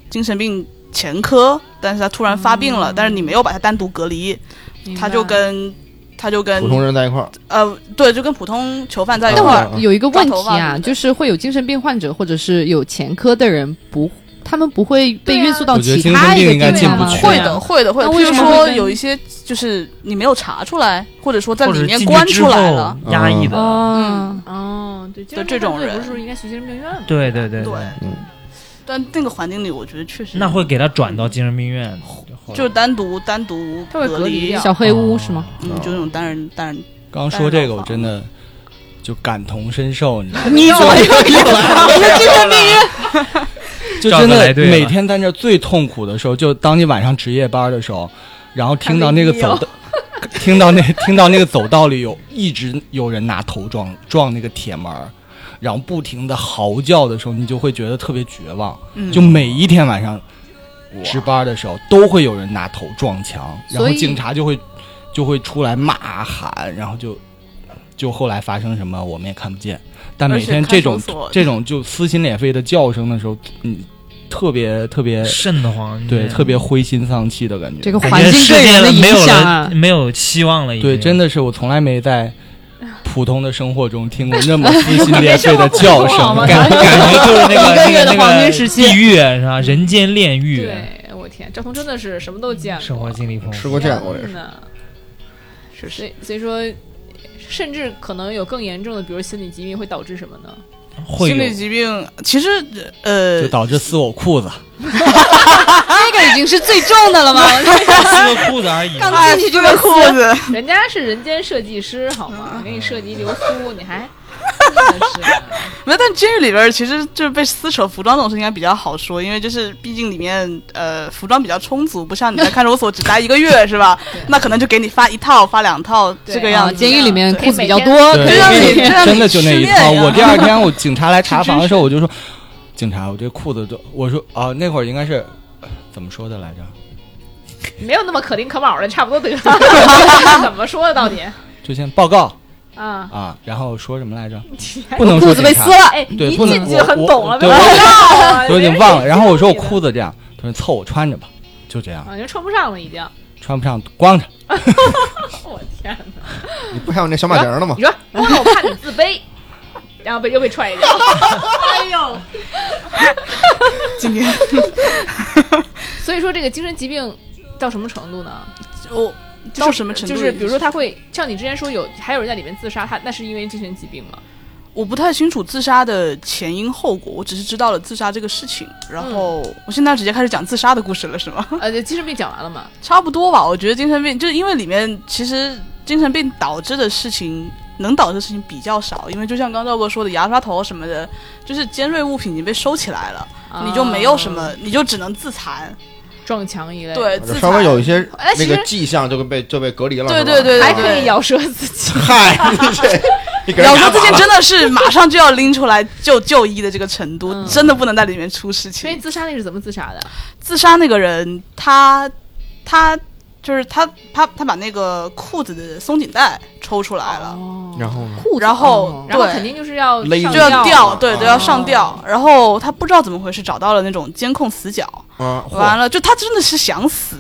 精神病前科，但是他突然发病了，但是你没有把他单独隔离，
嗯明白
他就跟他就跟
普通人在一块儿，
呃对，就跟普通囚犯在
嗯
一
那
但
块
啊
儿。
我有一个问题
抓头发
啊，就是会有精神病患者或者是有前科的人不，他们不会被运送到
我觉得
其
精
他
神
一
病
个
应该
地
进
方
不
吗？
嗯
去啊
会的，会的，会的。
那
譬
为
如
什么会
说
跟
有一些就是你没有查出来，或者说在
或
里
者
面
进去
关
之
出来
后
了，
压抑的。
哦，
哦，对，
的这种人
不是应该去精神病院吗？
对对对
对。
嗯
但那个环境里，我觉得确实
那会给他转到精神病院，
就是单独单独
他会隔离
离
掉，
小黑屋是吗？
嗯，就那种单人单人。
刚说这个，我真的就感同身受，你知道吗？
你怎 么又
就
照
真
着
的
来对了
每天在那儿最痛苦的时候，就当你晚上值夜班的时候，然后听到那个走道， 听到那听到那个走道里有一直有人拿头撞撞那个铁门儿，然后不停的嚎叫的时候，你就会觉得特别绝望。
嗯
就每一天晚上值班的时候，都会有人拿头撞墙，然后
所以
警察就会就会出来骂喊，然后就就后来发生什么我们也看不见。但每天这种
而且看守所
这种就撕心裂肺的叫声的时候，嗯，特别特别
瘆得慌，
对，特别灰心丧气的感觉。
这个
感
环
觉
境
世
对
界
人的
没有
影响
了
啊，
没有希望了，已经
对，真的是我从来没在。普通的生活中听过那 么撕心裂肺的叫
没这么普
声
通好，吗
感
感觉就是那个
一个月的
那个
黄金时期
地狱是吧？人间炼狱，
对，我天，赵彤真的是什么都见
生
过
活，经历丰
吃
富。
过见过这
嗯
是。
天哪所以所以说，甚至可能有更严重的，比如心理疾病会导致什么 呢？
会
心
有
理疾病，其实呃
就，导致撕我裤子。
那个已经是最重的了 吗？哦
撕个裤子而已嘛，
哎， 这个裤子，
人家是人间设计师好
嗯
吗？给你设计流苏，你还嗯真的是。
没有，但监狱里边儿其实就是被撕扯服装这种事应该比较好说，因为就是毕竟里面呃服装比较充足，不像你在看守所只待一个月是 吧
对？
那可能就给你发一套发两套
对
这个
啊
样子。
监狱里面
对
裤子比较
每
多
天，
对，
这让你这让你
真的就那一
失
套。
恋呀
我第二天我警察来查房的时候，我就说，警察，我这裤子都，我说啊，那会儿应该是呃怎么说的来着？
没有那么可丁可卯的，差不多得 了。怎么说的到底
就先报告
啊？
啊，然后说什么来着？不
不
能说
裤子被
警
撕
察
了，
哎，
对
一
不能
进去就很
我
懂了，
我对
没
我
有
我已经忘了。然后我说我
哭
裤子这样，他说凑我穿着吧，就这样，
啊，就穿不上了已经。
穿不上光着。
我天哪！
你不还有那小马甲呢吗
你？说光了我怕你自 卑，然后被又被踹一脚。哎呦！
今天
所以说这个精神疾病到什么程度呢？
我
就
到
是
什么程度？
就是比如说他会像你之前说有还有人在里面自杀，他那是因为精神疾病吗？
我不太清楚自杀的前因后果，我只是知道了自杀这个事情。然后、我现在直接开始讲自杀的故事了，是吗？
呃，对精神病讲完了吗？
差不多吧，我觉得精神病就是因为里面其实精神病导致的事情能导致的事情比较少，因为就像刚赵哥说的，牙刷头什么的，就是尖锐物品已经被收起来了，你就没有什么
啊，
你就只能自残，
撞墙一类。，
对，
就
自
稍微
残。
有一些
哎
那
其
个
实
迹象就被就被隔离了，
对
是吧啊
对对对
还可以
对
咬舌自 己。
嗨，你这你给人
咬
打
说这
靶
件
了
真的是 马上就要拎出来就就医的这个程度，
嗯
真的不能在里面出事
所以
情。
自杀那是怎么自杀的？
自杀那个人，他他就是他他他把那个裤子的松紧带抽出来了，
哦
然后呢？
裤子
然后
哦
然后
对
肯定就是要
勒
上
就要掉，
吊。啊
对，都要上吊。然后他不知道怎么回事，找到了那种监控死角，
啊，
完
嚯
了就他真的是想死，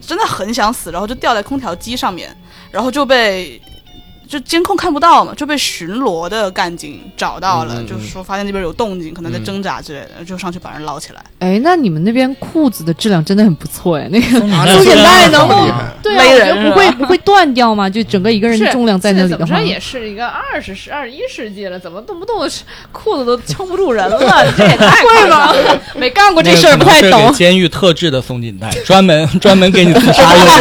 真的很想死，然后就吊在空调机上面，然后就被就监控看不到嘛，就被巡逻的干警找到了，
嗯嗯嗯
就是说发现那边有动静，可能在挣扎之类的，就上去把人捞起来，
哎，那你们那边裤子的质量真的很不错哎，那个
啊松
松紧带
这
能
么
够
厉害
对啊，
勒
我觉
人
得不
是
会不会断掉吗？就整个一个人
是
的重量在那
这
里
怎
的
么
话
说，也是一个二十世、二十一世纪了，怎么动不动裤子都撑不住人了？这也太贵了，没干过
那
这
个
事
可
儿，
能
不太
是给
懂。
监狱特制的松紧带，专门专门给你自杀 用的。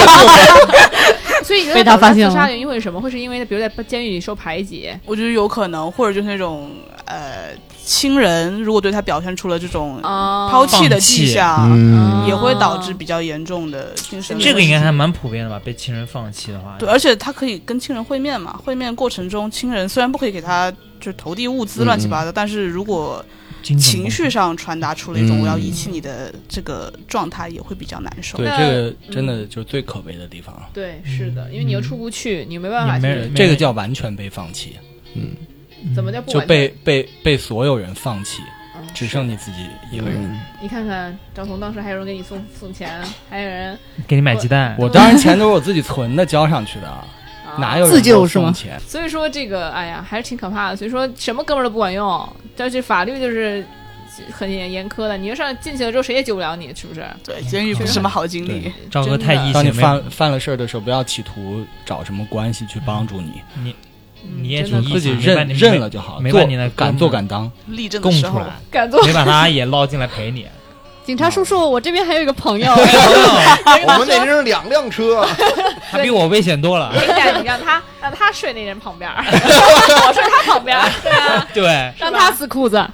所以你觉得
被他
导致
发现
自
了
杀的原因会是什么？会是因为比如在监狱里受排挤，
我觉得有可能，或者就是那种呃亲人如果对他表现出了这种
哦
啊
抛弃的迹象，
嗯
也会导致比较严重的精神
这个应该
问题
还蛮普遍的吧？被亲人放弃的话，
对，而且他可以跟亲人会面嘛，会面过程中，亲人虽然不可以给他就是投递物资乱七
嗯
八糟，但是如果情绪上传达出了一种
嗯
我要遗弃你的这个状态，也会比较难受。
对，
那
这个真的就是最可悲的地方，啊
对，是的，因为你又出不去，你没办
嗯也
法
没
去
人，嗯
这个叫完全被放弃，
嗯
怎么叫不
就
完
被被被所有人放弃，
嗯
只剩你自己一个人。
嗯
你看看赵彤当时还有人给你送送钱，还有人
给你买鸡蛋？
我当然钱都是我自己存的交上去的，
啊
哪有人
自救是吗
送钱？
所以说这个，哎呀，还是挺可怕的。所以说什么哥们儿都不管用，但是法律就是很严严苛的。你要上进去了之后，谁也救不了你，是不是？
对，监狱不是什么好经历
对。
赵哥太义
当你
气，
犯犯了事儿的时候，不要企图找什么关系去帮助你，
嗯
你也
真的
挺义
自己
气，没把
认
你
认了就好，
没
做
把你的
敢做敢当。
立正的
供
时
出
候，
来，
敢做，
没把他也捞进来陪你。
警察叔叔，我这边还有一个朋 友，
我们那边是两辆车，
哦
啊
他比我危险多了。
你哎让你 让他让他睡那人旁边 儿，我睡他旁边儿， 对啊，
对，
让他撕裤子。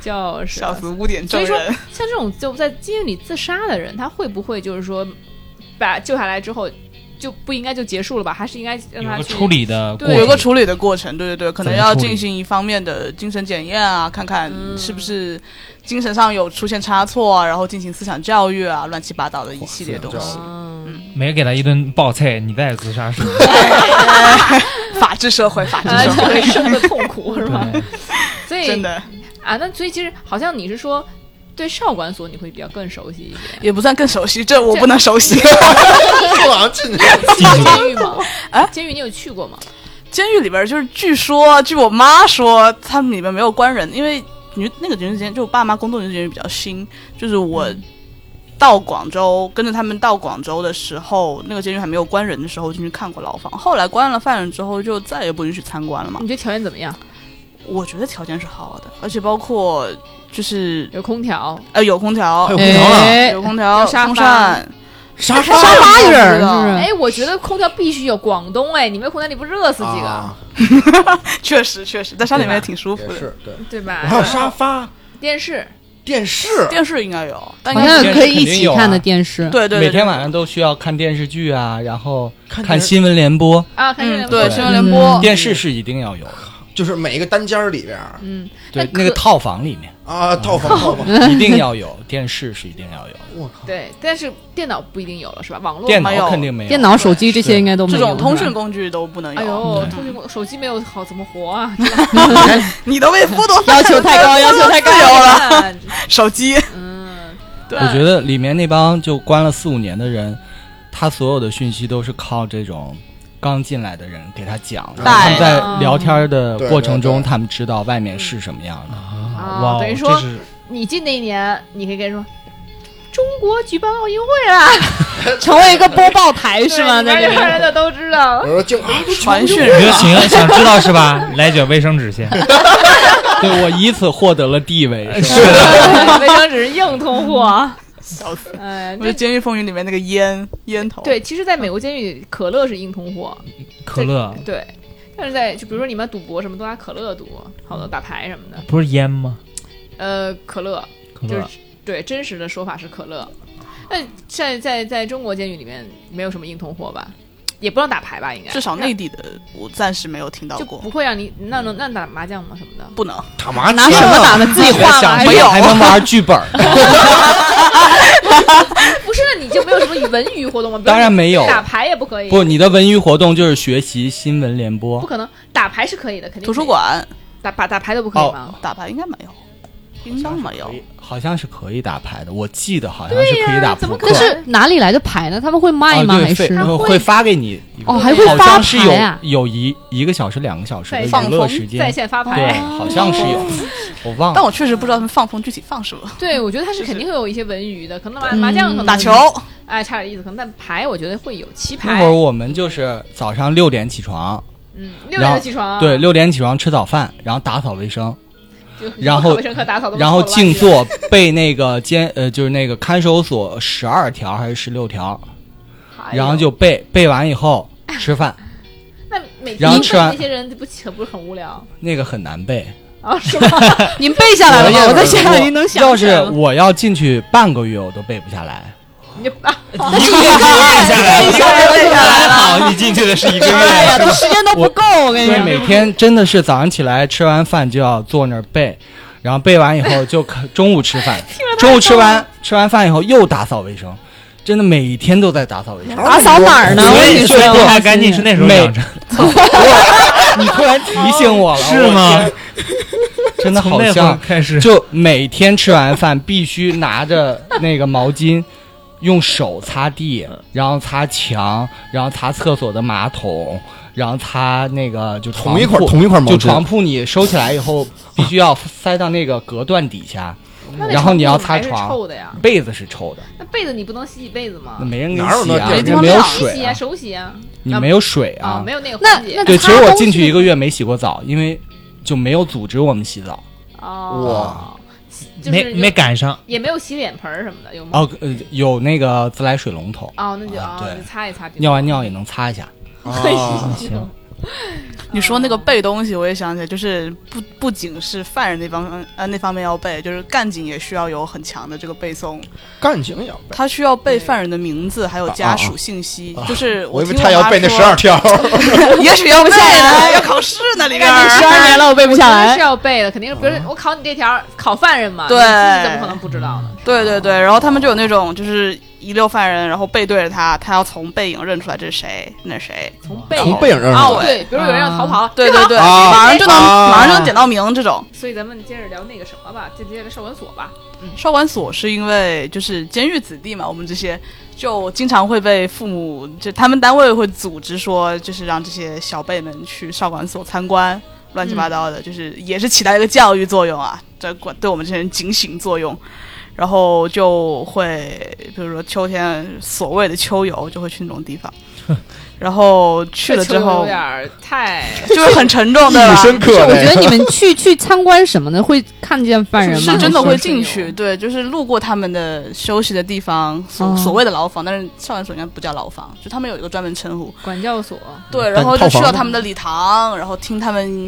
就是
笑死污点
所
证
以说
人。
像这种就在监狱里自杀的人，他会不会就是说把救下来之后就不应该就结束了吧？还是应该让
有
他
个
去
处？理的过
对
程，
有个处理的过程，对对对，可
怎
能
么
要
处理
进行一方面的精神检验啊，看看
嗯
是不是精神上有出现差错啊，然后进行思想教育啊，乱七八糟的一系列东
哇
西
思。
嗯，
没给他一顿暴菜，你再自杀是吧？
法治社会，法治
来
社
体
会
会 生的痛苦是吧？
对
所以
真的
啊，那所以其实好像你是说对少管所你会比较更熟悉一点，
也不算更熟悉，这我不能熟悉。
就往上进去。
进去
监狱吗？
啊，
监狱你有去过吗？
监狱里边儿就是，据说据我妈说，他们里面没有关人，因为女那个女子监，就我爸妈工作女子监狱比较新，就是我。到广州跟着他们到广州的时候，那个监狱还没有关人的时候进去看过牢房。后来关了犯人之后，就再也不允许参观了嘛
你。觉得条件怎么样？
我觉得条件是好的，而且包括就是
有空调，
呃有空调，嗯
有空调啊
哎
有空调，
有沙发
风扇，
沙
沙发一人儿是不是？
哎，我觉得空调必须有。广东哎，你没有空调你不热死几个，
啊
确实确实在山里面也挺舒服
也
的。
是对，
对吧？
我还有沙发、
电视，
电视，
电视应该有，但应
好
该
像
是
可以一
啊
起看的电视，
对对对，
每天晚上都需要看电视剧啊，然后
看
看
电视
新闻联播，
啊，看
嗯
见
对
对
新闻联播
嗯，
电视是一定要有的。
就是每一个单间儿里边儿
嗯，
对，
那
那个
可
套房里面
啊，套房套房，
一定要有电视，是一定要有的。
我靠，
对，但是电脑不一定有了是吧？网络
电
嘛
没有
脑肯定没有，
电脑、手机这些应该都没
这
有。
种通
是
讯
吧
工具都不能有。
哎呦，
对
通讯工手机没有好怎么活啊？
你都被剥夺
要求太高，要求太高。
了，
手机，
嗯，
对
我觉得里面那帮就关了四五年的人，他所有的讯息都是靠这种刚进来的人给他讲，然后他们
带
在聊天的过程
对
中，
对对
他们知道外面是什么样的。
啊
啊哇哦，
等于说
这是
你进那一年，你可以跟人说。中国举办奥运会了，
成为一个播报台是吗？
对
在
你
这
们这儿人
边
的都知 道
我。说竟啊，
传讯
你就行，想知道是吧？来卷卫生纸先。
对我以此获得了地位，是吧
是
卫生纸是硬通货。
笑死！
哎，
我觉得
这
《监狱风云》里面那个烟烟头，
对，其实在美国监狱，可乐是硬通货，
可乐
对。但是在就比如说你们赌博什么，都拿可乐赌，好多打牌什么的。
不是烟吗？
呃，可乐
可
就
乐
是对真实的说法是可乐。那在在在中国监狱里面没有什么硬通货吧？也不让打牌吧？应该
至少内地的我暂时没有听到
就
过嗯
不，会让你那能那打麻将吗什么的？
不能
打麻
拿什么打的？自己
别
画
想
吗？
这
没有
个还能玩剧本儿，
不是，那你就没有什么文娱活动 吗？比如
当然没有。
打牌也不可以，
不，你的文娱活动就是学习新闻联
不
播，
可能，打牌是可以的，肯定
图书
可以
馆
打打打牌都不可以
哦
吗？
打牌应该没有，应当没有。
好像是可以打牌的，我记得好像是可以打
怎么
扑克
但
可。
是哪里来的牌呢？他们会卖
啊，
吗？
对，
还
会
是
啊
会
会
会发给你
哦，
对
还会
好
发
像是
牌
有
啊？
有一一个小时、两个小时的
在
娱
放
乐
风
时
在
间，
线发
对
牌，，
好像是有，我忘
但
了。
我确实不知道他们放风具体放什么，
对，我觉得他是肯定会有一些文娱的，可能麻麻将可能
嗯打球，
哎，差点意思，可能但牌我觉得会有棋
那
牌
会儿，我们就是早上六点起床，
嗯，六
然
点
后
就起床啊，
对，六点起床吃早饭，然后打扫卫生，
就
然后
考卫生课打扫都
然后
扫了垃圾
静，坐背那个监 呃就是那个看守所十二条还是十六条，
哎呦
然后就背背完以后吃饭，
那每天
然后
都
吃完
那些人不很不是很无聊
那个很难背。
啊？是 吗？
您背下来了吗？我在想
我
您能想
要
起
是
来吗
我要进去半个月，我都背不下来。
你就啊，
哎
但是也可以背下来，背下来了，
好，你进去的是一个
哎呀，
月，
都时间都不够，我跟你
对，
讲。
每天真的是早上起来吃完饭就要坐那儿背，然后背完以后就 可中午吃饭，中午吃完
啊
吃完饭以后又打扫卫生，真的每天都在打扫 卫生。
打扫哪儿呢？
所
我跟
以
你
说
说，
不太干净是那时候
美
养成，
你突然提醒我了，
是吗
我天？真的
从
好
那会儿
像，
开始
就每天吃完饭必须拿着那个毛巾，用手擦地，
嗯
然后擦墙，然后擦厕所的马桶，然后擦那个就床
同一块
铺
同一块毛
就
巾，
床铺你收起来以后，必须要塞到那个隔断底下，
那那
然后你要
床
擦
怎么还
床
是臭的呀。
被子是臭的，
那被子你不能洗洗被子吗
那？没人给你
哪有
洗啊，
那
你
地
方
没有
晾你
水
洗啊，
啊，
手洗啊。
你
啊
没有水
啊，
啊
没。有那个
那
环节
那
对，其实
擦
我
东
进
西
去一个月没洗过澡，因为就没有组织我们洗澡。
哦，就是
没
有
没赶上，
也没有洗脸盆儿什么的，有吗？
哦，呃，有那个自来水龙头，
哦，那就
啊
哦，
对
就擦一擦顶多。
尿完尿也能擦一下。
啊，
行，
你说那个背东西，我也想起来，就是不不仅是犯人那方呃那方面要背，就是干警也需要有很强的这个背诵，
干警也要背。
他需要背犯人的名字
啊
还有家属信息，就是
我以为
听我
他要
妈
背那
说
十二，条，
也许要背
不下来
呢，要考试呢里面。
十二年了，我背不下
肯定是
来。
要背的，肯定是，比如
嗯
说我考你这条，考犯人嘛，
对
你自己怎么可能不知道呢？
对对对，然后他们就有那种就是一溜犯人，然后背对着他，他要从背影认出来这是谁，那是谁，
从背
从背影认
哦，
出来。
对，比如有人要逃跑，
对对对，
啊
马上就能
啊
马上就能点到名这种。
所以咱们接着聊那个什么吧，就接着少管所吧。
少管所是因为就是监狱子弟嘛，我们这些就经常会被父母就他们单位会组织说，就是让这些小辈们去少管所参观，乱七八糟
嗯
的，就是也是起到一个教育作用啊，这管对我们这些人警醒作用。然后就会，比如说秋天所谓的秋游，就会去那种 地方，然后去了之
这球有
后
点儿太
就是很沉重
意
的
义
啦，
深刻
是，
这
我
个
觉得你们去去参观什么的，会看见犯人吗？
是真的
还是
会
是
进
有
去，对，就是路过他们的休息的地方，所、
哦
所谓的牢房，但是少管所应该不叫牢房，就他们有一个专门称呼。
管教所，
嗯
对，
但
然后
套
就去
房
到
吗
他们的礼堂，然后听他们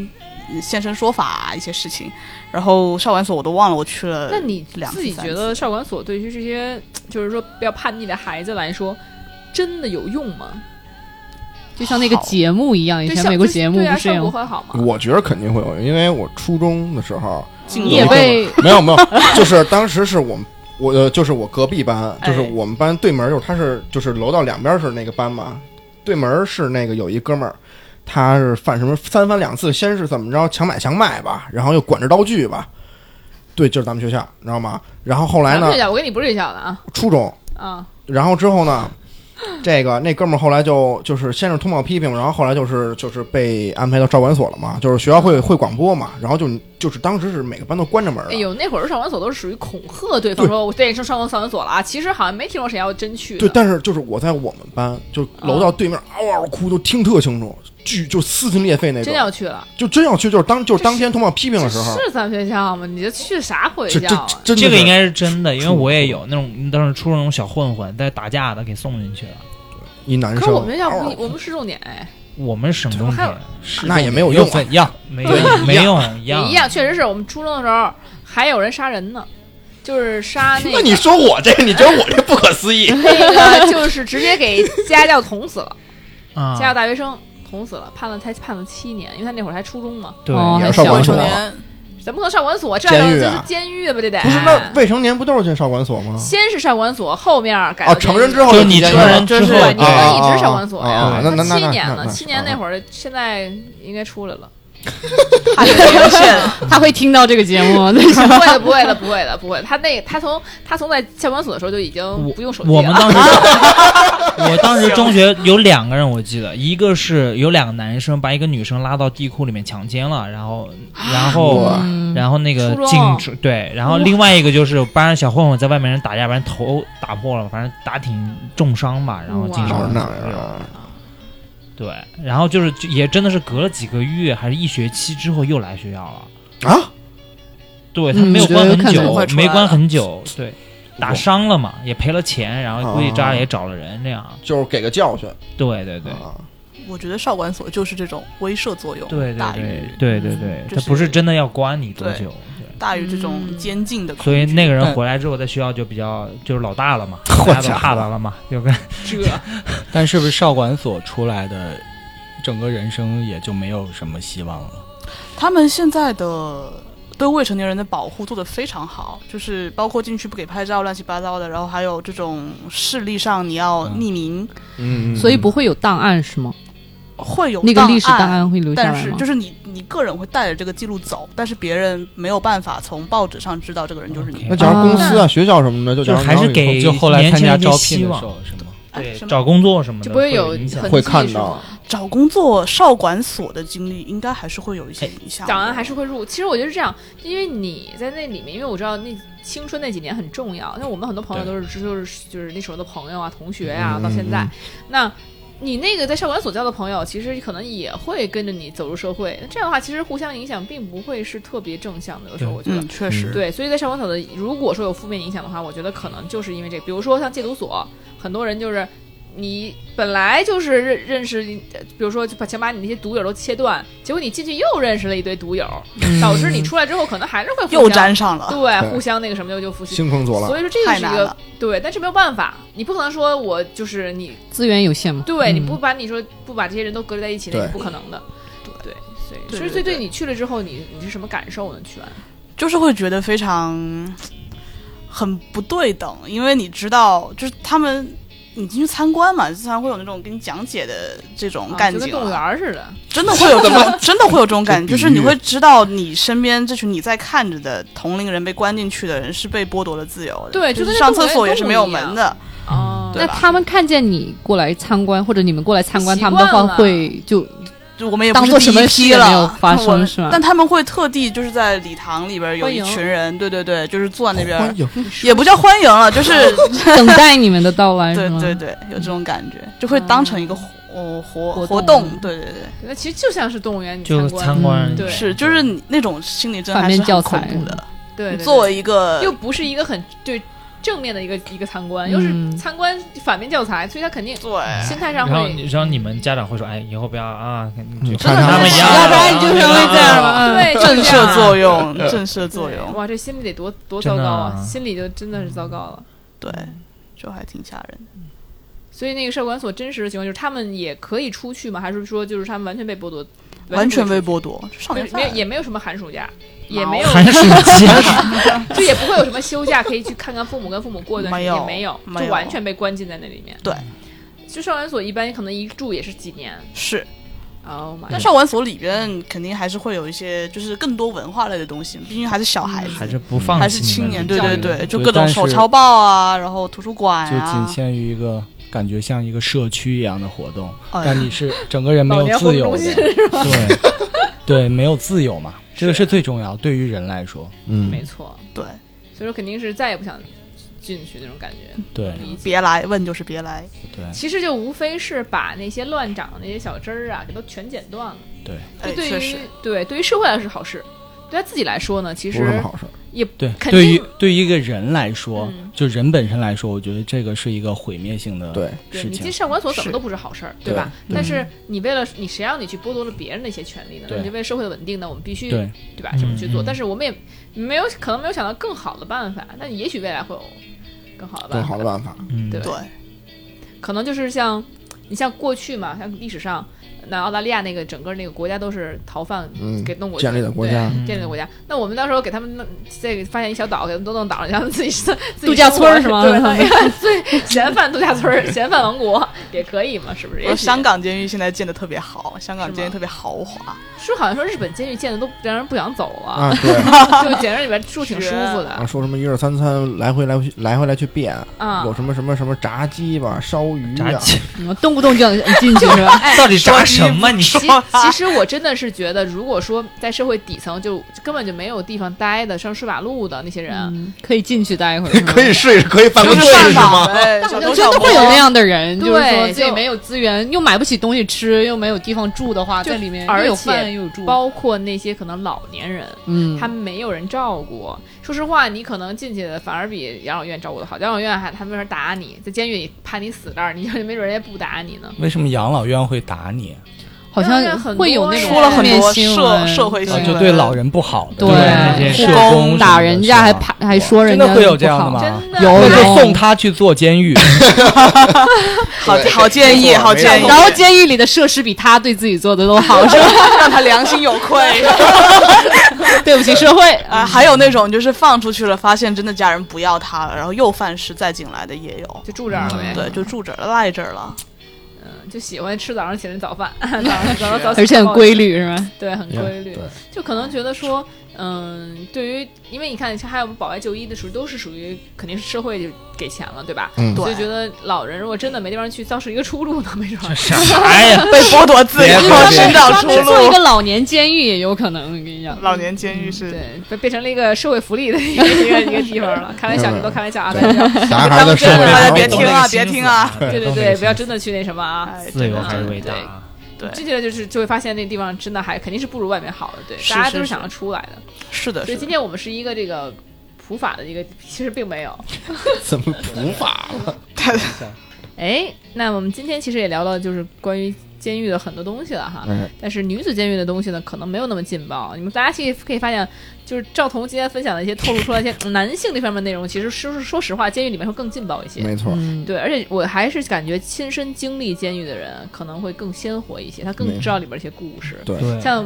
嗯现身说法一些事情。然后少管所我都忘了，我去了。
那你
呃两次
自己觉得少管所对于这些就是说比较叛逆的孩子来说，真的有用吗？
就像那个节目一样，以
对
前
效
美国
就是
节目
对啊，
不是
效果
有
很好吗？
我觉得肯定会有，因为我初中的时候
进
你也
入
被
没有 没有，就是当时是我们我呃就是我隔壁班，
哎
就是我们班对门，就是他是就是楼道两边是那个班嘛，对门是那个有一哥们儿，他是犯什么三番两次，先是怎么着强买强卖吧，然后又管着刀具吧，对，就是咱们学校，你知道吗？然后后来
咱
呢
们这，校，我跟哎你不是这校的啊
初中，
啊！
然后之后呢，这个那哥们儿后来就就是先是通报批评，然后后来就是就是被安排到少管所了嘛，就是学校会会广播嘛，然后就就是当时是每个班都关着门儿
哎
的，
呦，那会儿少管所都是属于恐吓对方，
对
说我对上上管少管所了啊。其实好像没听说谁要真去呢。
对，但是就是我在我们班，就楼道对面嗷嗷哭，都听特清楚，巨就撕心裂肺那种
真，要去了，
就真要去，就是当就是
这
当天通报批评
这
的时候，
是咱们学校吗？你这去啥鬼
这
校
这
啊？
这
这
真的
个
是
应该是真的，因为我也有那种当时初中那种小混混，在打架的给送进去了。
一男
可是
生，
我们学校
嗷
不
嗷
一，我们市重点哎，
我们省重
还
点
有
那也没有
又
用啊，
怎样？
没有没用一
也
样啊
一样，确实是我们初中的时候还有人杀人呢，就是杀那
那
个
你说我这个，你觉得我这不可思议？
那个 就是直接给家教捅死了，
啊
家，教大学生捅死了，判了才判了七年，因为他那会儿才初中嘛，
对，
哦，
也
还
是少管
小
所
少
是吧？
年
咱不能上管所，这样
监狱
就
啊
是监狱吧，这得哎
不是，那未成年不都是进少管所吗？
先是上管所，后面改
啊，
到
成
监
人
狱
之后
就是
进
你
监狱
成人之后，
对，你不
啊啊
能
啊
对，
一直上管所
啊啊
呀
啊。那那那
七
那
年
那
了，
那
七年
啊
那会儿，现在应该出来了。
汗流 浃背
他会听到这个节 目吗， 对
不会的，不会的，不会的，不会的。他那他从他从在校管所的时候就已经嗯不用手机了。啊
我们当时，我当时中学有两个人，我记得，一个是有两个男生把一个女生拉到地库里面强奸了，然后，然后
哇，
然后那个
初中
禁止对，然后另外一个就是班上小混混在外面人打架，把人头打破了，反正打挺重伤吧，然后进
哇
手
哪
术
儿
室。
啊？
对，然后就是就也真的是隔了几个月，还是一学期之后又来学校了。
啊，
对他
嗯
没有
我觉
关
得
很
看
得快
久，
出
没
来
关
了
很久，对，打伤了嘛，也赔了钱，然后估计这
哦
儿也找了人这样。
就是给个教训
哦
对对对，
啊！
我觉得少管所就是这种威慑作用
对
大于
对对对对对，
就
他不是
是
真的要关你多
对
久。对
大于这种
嗯
监禁的恐惧。
所以那个人
但
回来之后，在学校就比较就是老大 了嘛，
我
大家都
家伙
怕他了嘛，就跟
这
但是不是少管所出来的，整个人生也就没有什么希望了？
他们现在的对未成年人的保护做得非常好，就是包括进去不给拍照，乱七八糟的，然后还有这种视力上你要
嗯
匿名，
嗯，嗯
所以不会有档案是吗？
会有
那个历史档
档案。
案会留下
但
来
是
吗
就？是你你个人会带着这个记录走，但是别人没有办法从报纸上知道这个人就是你。
那假如公司
啊
啊、学校什么的，就
就
假如
还是
你以后
给
就后来参加
年轻人一些
招聘
希
的
望
时候是吗？
哎
对
什么
找工作什么的
就不会有
影响
很。
会看到，
找工作，少管所的经历应该还是会有一些影响的。
档案哎还是会入。其实我觉得是这样，因为你在那里面，因为我知道那青春那几年很重要。那我们很多朋友都是就是就是那时候的朋友啊、同学啊，
嗯
到现在，
嗯
那你那个在少管所交的朋友，其实可能也会跟着你走入社会。那这样的话，其实互相影响并不会是特别正向的。有时候
对
我觉得，
嗯，确实，
对，所以在少管所的，如果说有负面影响的话，我觉得可能就是因为这个比如说像戒毒所，很多人就是你本来就是认认识，呃比如说就把想把你那些毒友都切断，结果你进去又认识了一堆毒友，导致你出来之后可能还是会互
又
相
粘上了。
对
对
互相那个什么就就复吸。
兴风作浪
所。以说这个
太
是一
难
个
了
对，但是没有办法，你不可能说我就是你，
资源有限嘛。
对，你
嗯
不把你说不把这些人都隔离在一起，那
对
是不可能的。对，所以
对
所以
对
所以
对
对你去了之后，你你是什么感受呢？去完
就是会觉得非常很不对等，因为你知道，就是他们你进去参观嘛，经常会有那种给你讲解的这种
啊
感
就
觉，
跟动物园儿似的，
真的会有这种，真的会有这种感觉，
这
就
比喻
是你会知道你身边这群你在看着的同龄人被关进去的人是被剥夺了自由的，
对就
就
跟
是
那
上
动物
厕所
园
也是没有门的，
嗯
哦，
对
那
吧
他们看见你过来参观，或者你们过来参观
习
他
惯
们的话，
了
会就
就我们也不
当
是
做
第
什么
一
事
批
也没有
了。
发
我
生，是吗？
但他们会特地就是在礼堂里边有
欢
一
迎
群人，对对对，就是坐在那边，
欢迎，
也不叫欢迎了，就是
等待你们的到来，
对
是吗？
对对，有这种感觉，就会当成一个活、哦活
活
活
动
动，对对对，
那其实就像是动物园，你
就
观，
参观
嗯
对
是就是你那种心理真
反
还是
面
很
教
恐
材
怖的。
对对
你作为一个
对又不是一个很对正面的一个一个参观，
嗯
又是参观反面教材，所以他肯定
对
心态上
哎然后你，
会。
然后你们家长会说，哎，以后不要啊，
你
嗯
就
看
跟他
他
们
们
一
一
样
样
啊，
要不然你
啊
就成为这样
啊
了。
对，就是
震
这样
慑作 用，震慑作
对
用，
哇，这心里得多多
真
糟
的
糕啊！
啊
心里就真的是糟糕了。
对，就还挺吓人的。
所以那个少管所真实的情况就是，他们也可以出去吗？还是说就是他们完全被剥夺？
完全被
被
剥夺，少年
没有
犯
也没有什么寒暑假，也
毛
没有
寒 暑假，
就也不会有什么休假可以去看看父母，跟父母过一段时间，
没有
也没有，
没
就
有
完全被关进在那里面。
对，
就少管所一般可能一住也是几年。
是，
哦妈
但，少管所里边肯定还是会有一些，就是更多文化类的东西，毕竟还是小孩
还
子，
是不放弃
还是青年，对对
教育
对，就
对
各种
但
手
是
抄报啊，然后图书馆
哎
就仅
啊，
限于一个感觉像一个社区一样的活动，
哎
但你是整个人没
老
有
年活
自
动
由
中
的，
心
对 对，没有自由嘛，这个是最重要的。对于人来说，
没
嗯，
错，
对，
所以说肯定是再也不想进去那种感觉。
对
理解
别来问就是别来，
对
其实就无非是把那些乱长的那些小枝儿啊，给都全剪断了。
对，
哎，
这对
确实
于，对对于社会来说是好事，对他自己来说呢，其
不是什么
实
好事儿。
也
对，
肯
对
定
于对于一个人来说，
嗯
就人本身来说，我觉得这个是一个毁灭性的
对
对
事
你进
情。
少管所怎么
是
都不是好事儿，对吧？
对
但是你为了你谁让你去剥夺了别人的一些权利呢？
对
你为了社会的稳定呢，我们必须
对，
对吧？这么去做，
嗯嗯
但是我们也没有可能没有想到更好的办法，但也许未来会有更好的办
更
法。
好的办法，
嗯
对
对，
可能就是像你像过去嘛，像历史上那澳大利亚那个整个那个国家都是逃犯
嗯
给弄过去、
建立的国家
对
嗯
建立的国家。那我们到时候给他们弄这个发现一小岛，给他们都弄岛上，让他们自己自己
度假村儿是吗
生活对， 最嫌犯度假村儿、嫌犯王国也可以嘛？是不是？也
而
许
哦香港监狱现在建的特别好，香
是
港
吗
监狱特别豪华，
是好像说日本监狱建的都让人不想走了，
啊，对
就简直里边住挺舒服的
啊，说什么一二三餐来回来去来回来去变，
啊。
有什么什么什么炸鸡吧、烧鱼
炸
啊，
鸡，
你们动不动就想进去是吧？
哎
到底炸什么？你说
其其实我真的是觉得，如果说在社会底层就根本就没有地方待的，上睡马路的那些人，
嗯，可以进去待一会儿，是吗
可以试一试，可以办
就
个
是
试
饭
试
岛
吗？
呗，
但
小
我
偷
就
真
小
的
摸
会有那样的人，
对
就是说自己
就
没有资源，又买不起东西吃，又没有地方住的话，
就
在里面
而
又有
且
饭又有住，
包括那些可能老年人，
嗯，
他们没有人照顾，说实话，你可能进去的反而比养老院照顾的好，养老院还他没法打你，在监狱里怕你死那儿，你 没准人家不打你呢。
为什么养老院会打你？啊
好像会有那种
出了很
面
多
新
社
闻
社会新
啊
闻，
就对老人不好的，
对
那些
社
社
护
工
工打人家还怕还说人
真
家
的会有
不
这样的
好
吗？
真的
啊有
那
有
就送他去坐 监狱，
好好建
没
议，
错
好建议
没，
然
啊
后监狱里的设施比他对自己做的 都好，是吧？
让他良心有愧。
对不起社会
啊，还有那种就是放出去了，发现真的家人不要他了，然后又犯事再进来的也有，
就住这儿了
嗯
呗，
对，就住这儿了，赖这儿 了。
就喜欢吃早上起来的早饭，早上早上早，
而且很规律，是吧？
对，很规律
对。
就可能觉得说，嗯，对于，因为你看，像还有我们保外就医的时候，都是属于肯定是社会给钱了，对吧？
嗯
对
所以觉得老人如果真的没地方去，倒是一个出路呢，没准儿。
啥呀？
被剥夺自
别
由，
别
寻找出
专门做一
路。
个老年监狱也有可能，我跟你讲，
老年监狱
嗯
是
对，变变成了一个社会福利的一个一个一个地方了。开玩笑，
嗯
你都开玩笑啊！
对
大家
小孩的社会
大
上
家
我
别听啊别听啊
对对
都那
对，
个
不要
心
真的去那什么啊！
哎，
自由
真的
还是
嗯
伟大
对
啊。
对，
这个就是就会发现那地方真的还肯定是不如外面好的，对，
是
大家都
是
是
是
想要出来的。
是的，
所以
是
今
的。
天我们是一个这个普法的一个，其实并没有。
怎么普 法了？
哎，那我们今天其实也聊到就是关于监狱的很多东西了哈，
嗯
但是女子监狱的东西呢，可能没有那么劲爆。你们大家其实可以发现，就是赵彤今天分享的一些透露出来一些男性这方面内容，其实是说实话，监狱里面会更劲爆一些。
没错，
嗯，
对，而且我还是感觉亲身经历监狱的人可能会更鲜活一些，他
没
更
错
知道里边一些故事。
对
对，
像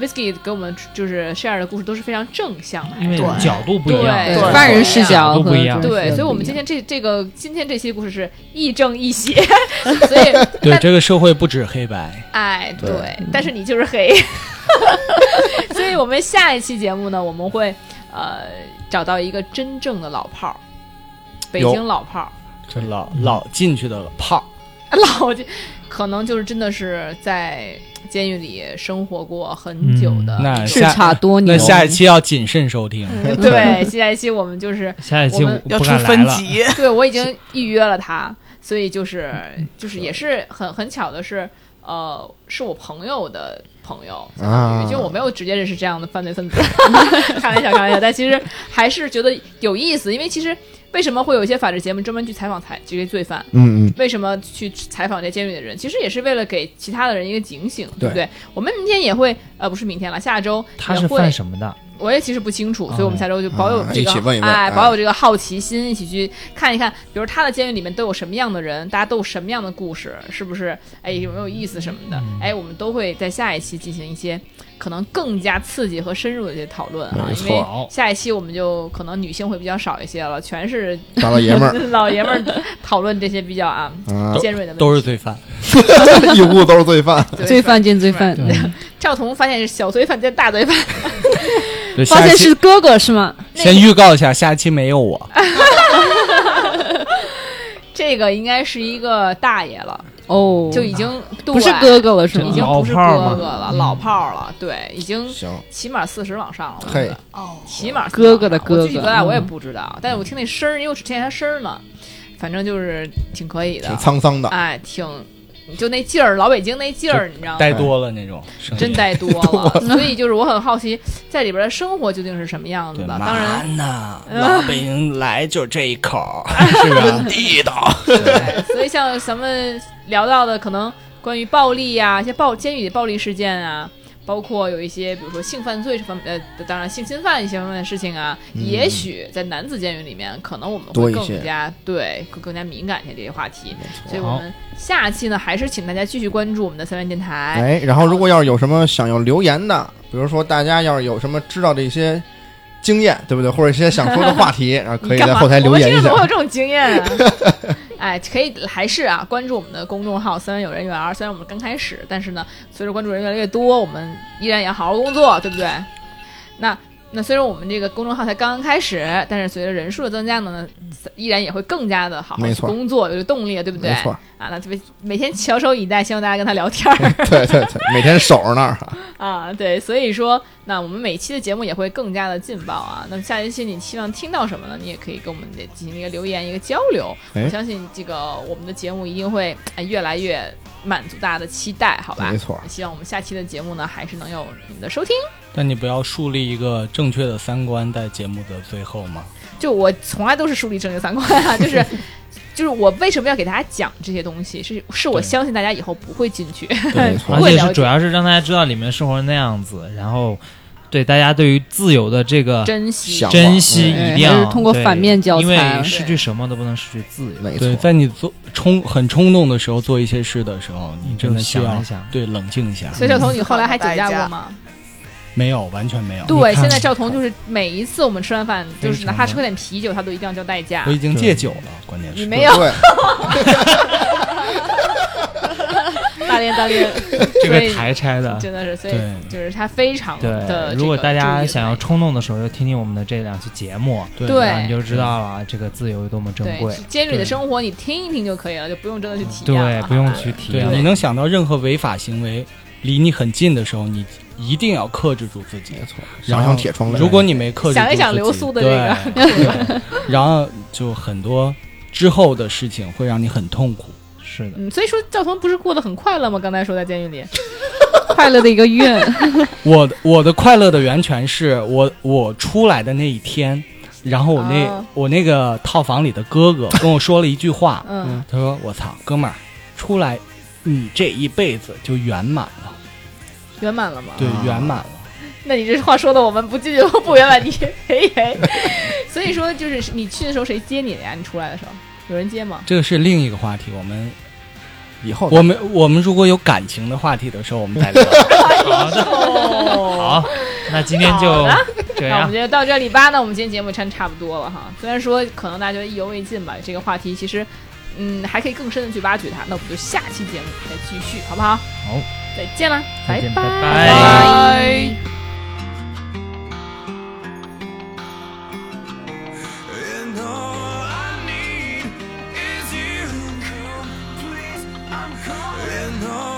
Whisky 给我们就是 share 的故事都是非常正向的，
因为
对
角度不一样，
对
对
犯人视角
都
和
不一样
真实
对，
的
所以我
不
们
一
今
样
天这这个今天这期故事是亦正亦邪， 所以
对这个社会不止黑白。
哎，对，
对
但是你就是黑，所以我们下一期节目呢，我们会呃找到一个真正的老炮儿，北
有
京老炮儿，
这老老进去的胖，
老就可能就是真的是在监狱里生活过很久的种，
嗯
那
叱
下
咤多年。
那下一期要谨慎收听。
嗯
对， 下一期我们就是
下一期
我
我
们
要
不
出
敢来
分
了。
级，
对我已经预约了他，所以就是就是也是很很巧的是，呃，是我朋友的朋友，相当于
嗯
啊
就我没有直接认识这样的犯罪 分子，开玩笑开玩笑，但其实还是觉得有意思，因为其实为什么会有一些法制节目专门去采访采这些罪犯？
嗯嗯，
为什么去采访这些监狱的人？其实也是为了给其他的人一个警醒，对不
对
对？我们明天也会，呃，不是明天了，下周
他
也
是
会
犯什么的？
我也其实不清楚，
哦
所以我们下周就保有
啊
这个、
一起问一问
哎，
哎
保有这个好奇心，一起去看一看，比如他的监狱里面都有什么样的人，大家都有什么样的故事，是不是？哎，有没有意思什么的？哎，我们都会在下一期进行一些可能更加刺激和深入的一些讨论啊
没，
因
错
为下一期我们就可能女性会比较少一些了，全是
嗯大老爷们 儿
老爷们儿讨论这些比较啊
啊，
尖锐的问题，
都是罪犯，
一屋都是 罪犯。
对
罪犯见罪犯，
嗯
赵彤发现是小罪犯见大罪犯，
对
发
下一
现
期
是哥哥是吗？
先预告一下，下一期没有我。
这个应该是一个大爷了，
哦，
就已经
不是
对
哥哥了呃是
已
吗
经？不是哥
老炮儿
哥了，
嘛
老炮儿了，对，已经
行，
起码四十往上了。我
嘿
觉得
哦，
起码40
哥哥的
往上了我具体
哥哥嗯
多大我也不知道，但是我听那声儿，因为我只听见他声儿呢，反正就是挺可以
挺
的，
沧桑的，
哎，挺就那劲儿，老北京那劲儿，你知道吗？
呆多了那种
嗯
声音，
真呆多了，所以就是我很好奇，在里边的生活究竟是什么样子
对
的。
吧？
当然，
呢，老北京来就这一口，是吧？地道。
对， 所以像咱们聊到的，可能关于暴力呀、一些暴监狱里暴力事件啊，包括有一些比如说性犯罪这方面，呃，当然性侵犯一些方面的事情啊，也许在男子监狱里面，可能我们
嗯多
会
一些嗯
更加对更更加敏感一些这些话题。所以我们下期呢，还是请大家继续关注我们的三元电台。
哎，然后如果要是有什么想要留言的，比如说大家要是有什么知道的一些经验，对不对？或者一些想说的话题，然后可以
干
在
嘛？
后台留言
我们
一
怎么会有
下。
这种经验啊？ 哎，可以还是啊，关注我们的公众号“三元有人缘儿”。虽然我们刚开始，但是呢，随着关注人越来越多，我们依然也要好好工作，对不对？那那虽然我们这个公众号才刚刚开始，但是随着人数的增加呢，依然也会更加的好好
没
去
错
工作，有动力，对不对？
没错
啊，那特别每天翘首以待，希望大家跟他聊天儿。
对对对，每天守着那儿啊。
啊，对，所以说，那我们每期的节目也会更加的劲爆啊。那么下一期你希望听到什么呢？你也可以跟我们进行一个留言，一个交流。
哎
我相信这个我们的节目一定会哎越来越满足大家的期待，好吧
没？错，
希望我们下期的节目呢，还是能有你们的收听。
但你不要树立一个正确的三观在节目的最后嘛。
就我从来都是树立正确三观 啊，就是就是我为什么要给大家讲这些东西，是是我
对
相信大家以后不会进去。
没
不
错
会
而且
了
是
解
主要是让大家知道里面生活是那样子，然后对大家对于自由的这 个
珍惜
想，
珍惜
哎
一定
还
要
是通过
对
反面教材
因为
对
失去什么都不能失去自由。
嗯没
对，
错，
在你做冲很冲动的时候做一些事的时候，你真的需
就想
要
一想
对冷静一下。
所以赵彤，你后来还请假过吗？
没有，完全没有。
对，现在
看
赵彤就是每一次我们吃完饭，
非
就是哪
常
怕
的
喝点啤酒，他都一定要叫代驾
我。已经戒酒了，关键
你
是
没有
对，
大练大练，
这
所
个
以
台拆的。
真的是，所以
对
就是他非常
对
的这个注意。
如果大家想要冲动的时候，就听听我们的这两期节目，
对
对
然后你就知道了这个自由有多么珍
对
贵。
监狱里的生活，你听一听就可以了，就不用真的去体验
对，
了
不用去体
对
验
啊，
了
你能想到任何违法行为离你很近的时候，你一定要克制住自己
没。错，想
然后
想铁窗泪，
如果你没克制住自己，
想一想流苏的这
对 对然后就很多之后的事情会让你很痛苦。
是的，
嗯，所以说赵彤不是过得很快乐吗？刚才说在监狱里，
快乐的一个月，
我的我的快乐的源泉是我我出来的那一天，然后我那、
啊，
我那个套房里的哥哥 跟我说了一句话
嗯，
他说：“我操，哥们儿，出来，你这一辈子就圆满了，
圆满了吗？
对，
啊
圆满了。”
那你这话说的我们不进去不圆满，你赔赔。 所以说就是你去的时候谁接你的呀？你出来的时候有人接吗？
这个是另一个话题，我们
以后
我们我们如果有感情的话题的时候，我们再聊。
好的，
哦
好，那今天就
那
这
我
样
们，就到这里吧。那我们今天节目差差不多了哈。虽然说可能大家觉得意犹未尽吧，这个话题其实，嗯，还可以更深的去挖掘它。那我们就下期节目再继续，好不好？
好，
再见啦，
再见，拜
拜
拜。
拜。
And all I need is you. Come, please, I'm calling. And all